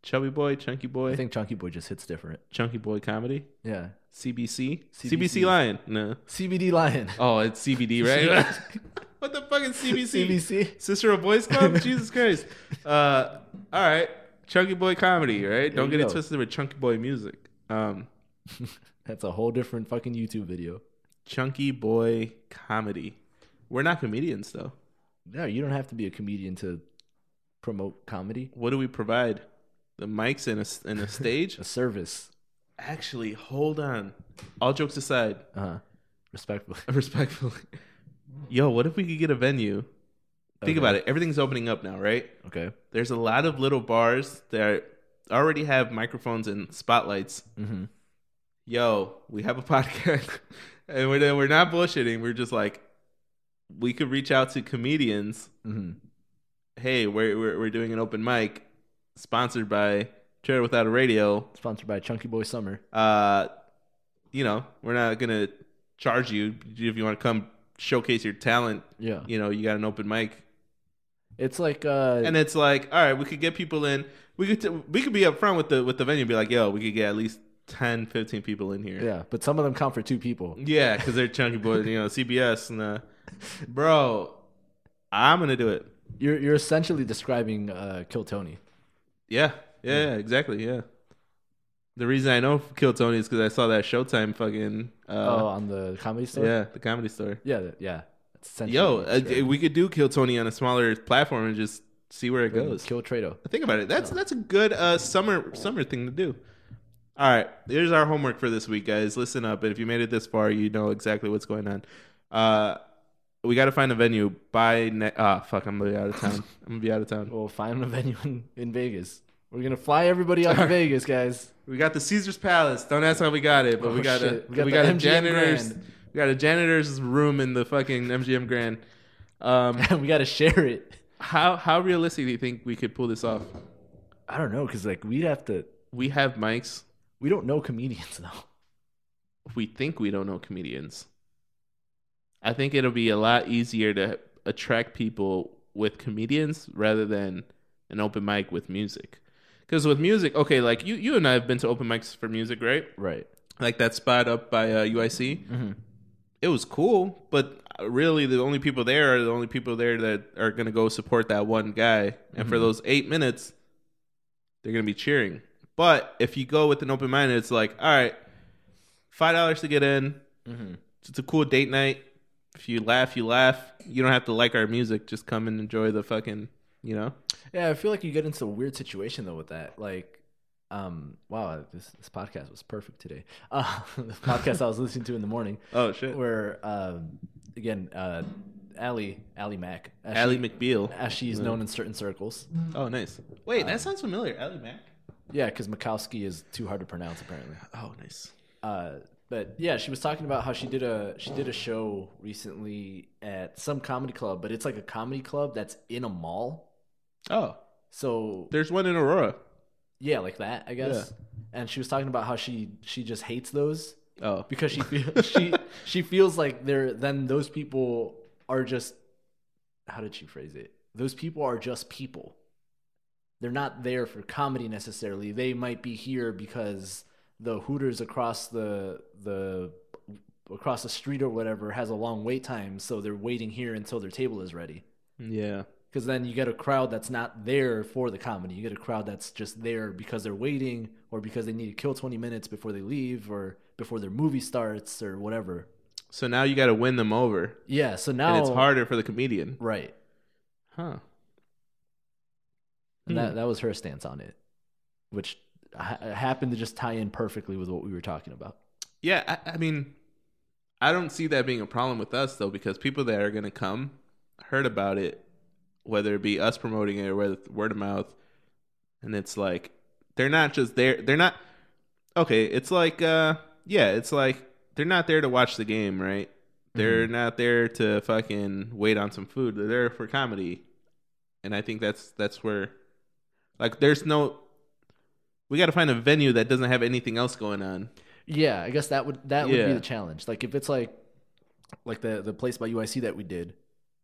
Chubby boy, chunky boy,
I think Chunky Boy just hits different.
chunky boy comedy,
Yeah,
CBC, CBC,
CBC.
lion. No.
CBD Lion,
[LAUGHS] Oh, it's CBD, right? [LAUGHS] what the fuck is CBC?
CBC.
Cicero
[LAUGHS]
Boys Club? Jesus Christ. Uh, all right. Chunky Boy comedy, right? Don't
you
get it
go.
twisted with Chunky Boy music. Um,
[LAUGHS] That's a whole different fucking YouTube video.
chunky Boy comedy. We're not comedians, though.
No, you don't have to be a comedian to promote comedy.
What do we provide? The mics and a s-
[LAUGHS]
and a stage.
A service.
Actually, hold on. All jokes aside, [LAUGHS]
Uh huh. Respectfully.
respectfully. Yo, what if we could get a venue? Think
Okay.
about it. Everything's opening up now, right?
[LAUGHS] Okay.
There's a lot of little bars that already have microphones and spotlights.
Mm-hmm.
Yo, we have a podcast, [LAUGHS] and we're we're not bullshitting. We're just like, we could reach out to comedians.
Mm-hmm.
Hey, we're we're, we're doing an open mic, sponsored by Chair Without a Radio.
Sponsored by Chunky Boy Summer.
uh, you know, we're not gonna charge you if you want to come showcase your talent.
Yeah.
You know, you got an open mic,
It's like uh.
and it's like, all right, we could get people in. We could t- we could be upfront with the with the venue, and be like, yo, we could get at least 10, 15 people in here.
yeah, but some of them count for two people.
yeah, because they're chunky boys. You know, CBS and uh, bro, I'm gonna do it.
You're you're essentially describing uh, Kill Tony.
Yeah, yeah, yeah, exactly, yeah. The reason I know Kill Tony is because I saw that Showtime fucking
oh,
uh,
on the comedy store.
yeah, the comedy store.
yeah, th- yeah. That's essentially
Yo,
what
uh,
it's, right?
we could do Kill Tony on a smaller platform and just see where it goes.
Kill Trado.
Think about it. That's that's a good uh, summer summer thing to do. All right, here's our homework for this week, guys. Listen up, and if you made it this far, you know exactly what's going on. Uh, we got to find a venue by ne- ah fuck, I'm gonna be out of town. I'm gonna be out of town.
We'll find a venue in, in Vegas. We're gonna fly everybody
[LAUGHS]
out to Vegas, guys. [LAUGHS]
We got the Caesar's Palace. Don't ask how we got it, but
Oh,
we got a
shit.
we
We got
got,
the
a
MGM
janitor's
Grand.
we got a janitor's room in the fucking MGM Grand. Um,
we gotta share it.
how how realistic do you think we could pull this off?
I don't know, cause like we'd have to.
We have mics.
We don't know comedians though.
we think we don't know comedians. I think it'll be a lot easier to attract people with comedians rather than an open mic with music. Because with music, okay, like you, you and I have been to open mics for music, right?
Right.
Like that spot up by uh, UIC.
Mhm.
It was cool, but really the only people there are the only people there that are going to go support that one guy. And for those eight minutes, they're going to be cheering. But if you go with an open mind, it's like, all right, $5 to get in,
Mm-hmm.
it's a cool date night. If you laugh, you laugh. You don't have to like our music. Just come and enjoy the fucking, you know.
Yeah, I feel like you get into a weird situation though with that. Like, um, wow, this this podcast was perfect today. [LAUGHS] Uh, the podcast I was listening to in the morning,
[LAUGHS] Oh shit,
where um, again, uh, Allie Allie Mack, as,
Ally
she,
McBeal.
as she's known in certain circles.
Oh nice. Wait, that sounds familiar. Ally Mac.
Yeah, because Mikowski is too hard to pronounce apparently.
Oh nice.
Uh, but yeah, she was talking about how she did a she did a show recently at some comedy club, but it's like a comedy club that's in a mall.
Oh,
So
there's one in Aurora.
yeah, like that, I guess. And she was talking about how she she just hates those
Oh,
because she feel, she she feels like they're then those people are just how did she phrase it? Those people are just people. They're not there for comedy necessarily. They might be here because the Hooters across the the across the street or whatever has a long wait time, so they're waiting here until their table is ready.
yeah.
Because then you get a crowd that's not there for the comedy. You get a crowd that's just there because they're waiting or because they need to kill 20 minutes before they leave or before their movie starts or whatever.
So now you got to win them over,
Yeah, so now.
and it's harder for the comedian.
Right.
Huh.
And
Hmm.
that, that was her stance on it, which ha- happened to just tie in perfectly with what we were talking about.
Yeah, I, I mean, I don't see that being a problem with us though, because people that are gonna come heard about it, whether it be us promoting it or whether it's word of mouth, and it's like they're not just there. They're not okay. It's like uh, yeah, it's like they're not there to watch the game, right? They're not there to fucking wait on some food. They're there for comedy, and I think that's that's where, like, there's no. We got to find a venue that doesn't have anything else going on.
Yeah, I guess that would that would
Yeah.
be the challenge. Like if it's like like the the place by UIC that we did,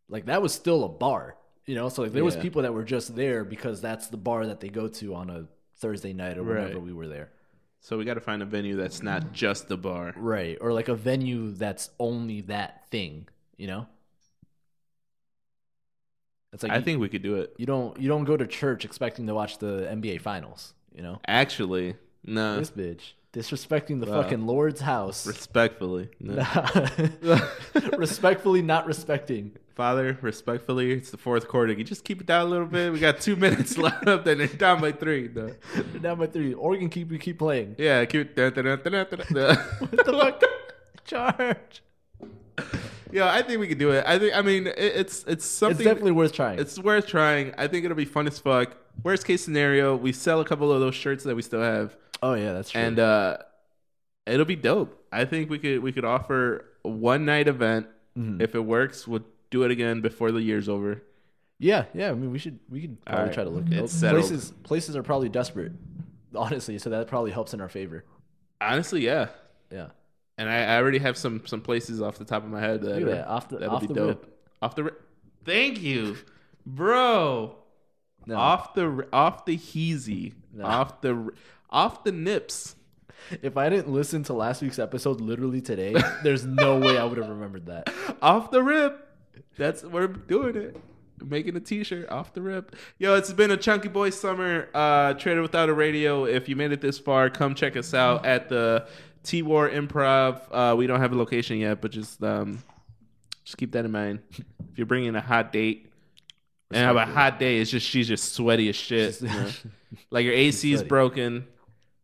like that was still a bar, you know. So like there was
Yeah.
people that were just there because that's the bar that they go to on a Thursday night or whenever
Right.
we were there,
So we got to find a venue that's
Mm.
not just the bar.
right? Or like a venue that's only that thing, you know. It's like
I
you,
think we could do it.
you don't you don't go to church expecting to watch the NBA finals, you know.
Actually, no.
this bitch disrespecting the
Uh. Wow.
fucking Lord's house.
respectfully, no. [LAUGHS]
Respectfully not respecting.
Father, respectfully, it's the fourth quarter. Can you just keep it down a little bit? We got two [LAUGHS] minutes left, and they're down by three. No.
Down by three. Oregon keep we keep
[LAUGHS]
playing.
Yeah, keep. What the
[LAUGHS] What the
[LAUGHS]
fuck? Charge.
Yeah, I think we could do it. I think. I mean, it, it's it's something.
It's definitely worth trying.
It's worth trying. I think it'll be fun as fuck. Worst case scenario, we sell a couple of those shirts that we still have,
oh yeah, that's true.
and uh, it'll be dope. I think we could we could offer a one night event.
Mhm.
If it works, we'll do it again before the year's over.
yeah, yeah. I mean, we should we could probably
right.
try to look.
It's settled.
places places are probably desperate, honestly. So that probably helps in our favor.
Honestly, yeah.
Yeah.
And I, I already have some some places off the top of my head that
Look at
are-
that, off the-
that'll
off
be
the
dope. Off the rip. Thank you, bro.
No.
Off the ri- off the heezy.
No.
Off the ri- off the nips.
If I didn't listen to last week's episode literally today, there's no way I would have remembered
[LAUGHS]
that.
off the rip. That's we're doing it. Making a t-shirt off the rip. Yo, it's been a chunky boy summer. Uh Trader Without a Radio. If you made it this far, come check us out at the T War Improv. Uh we don't have a location yet, but just um just keep that in mind. If you're bringing a hot date and have a hot day, it's just she's just sweaty as shit. you know?
[LAUGHS]
like your AC is
sweaty.
broken.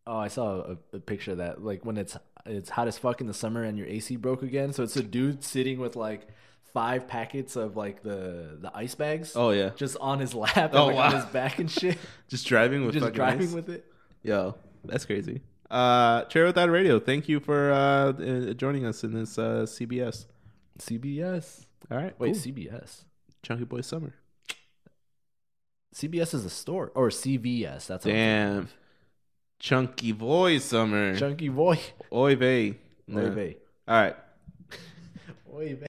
Oh, I saw a, a picture of that. Like when it's it's hot as fuck in the summer and your AC broke again. So it's a dude sitting with like five packets of like the the ice bags
Oh yeah.
just on his lap and
Oh,
like, on
wow.
his back and
[LAUGHS]
shit.
Just driving with
just
fucking
driving
ice.
with it.
Yo, that's crazy. Uh, Chair Without Radio, thank you for uh, uh, joining us in this uh, CBS.
CBS.
All right,
Wait,
cool.
CBS.
Chunky Boy Summer.
CBS is a store or CVS. That's what I'm saying.
Damn. Chunky Boy Summer.
Chunky boy.
Oy vey.
Oy
No.
vey.
All right.
Oy vey.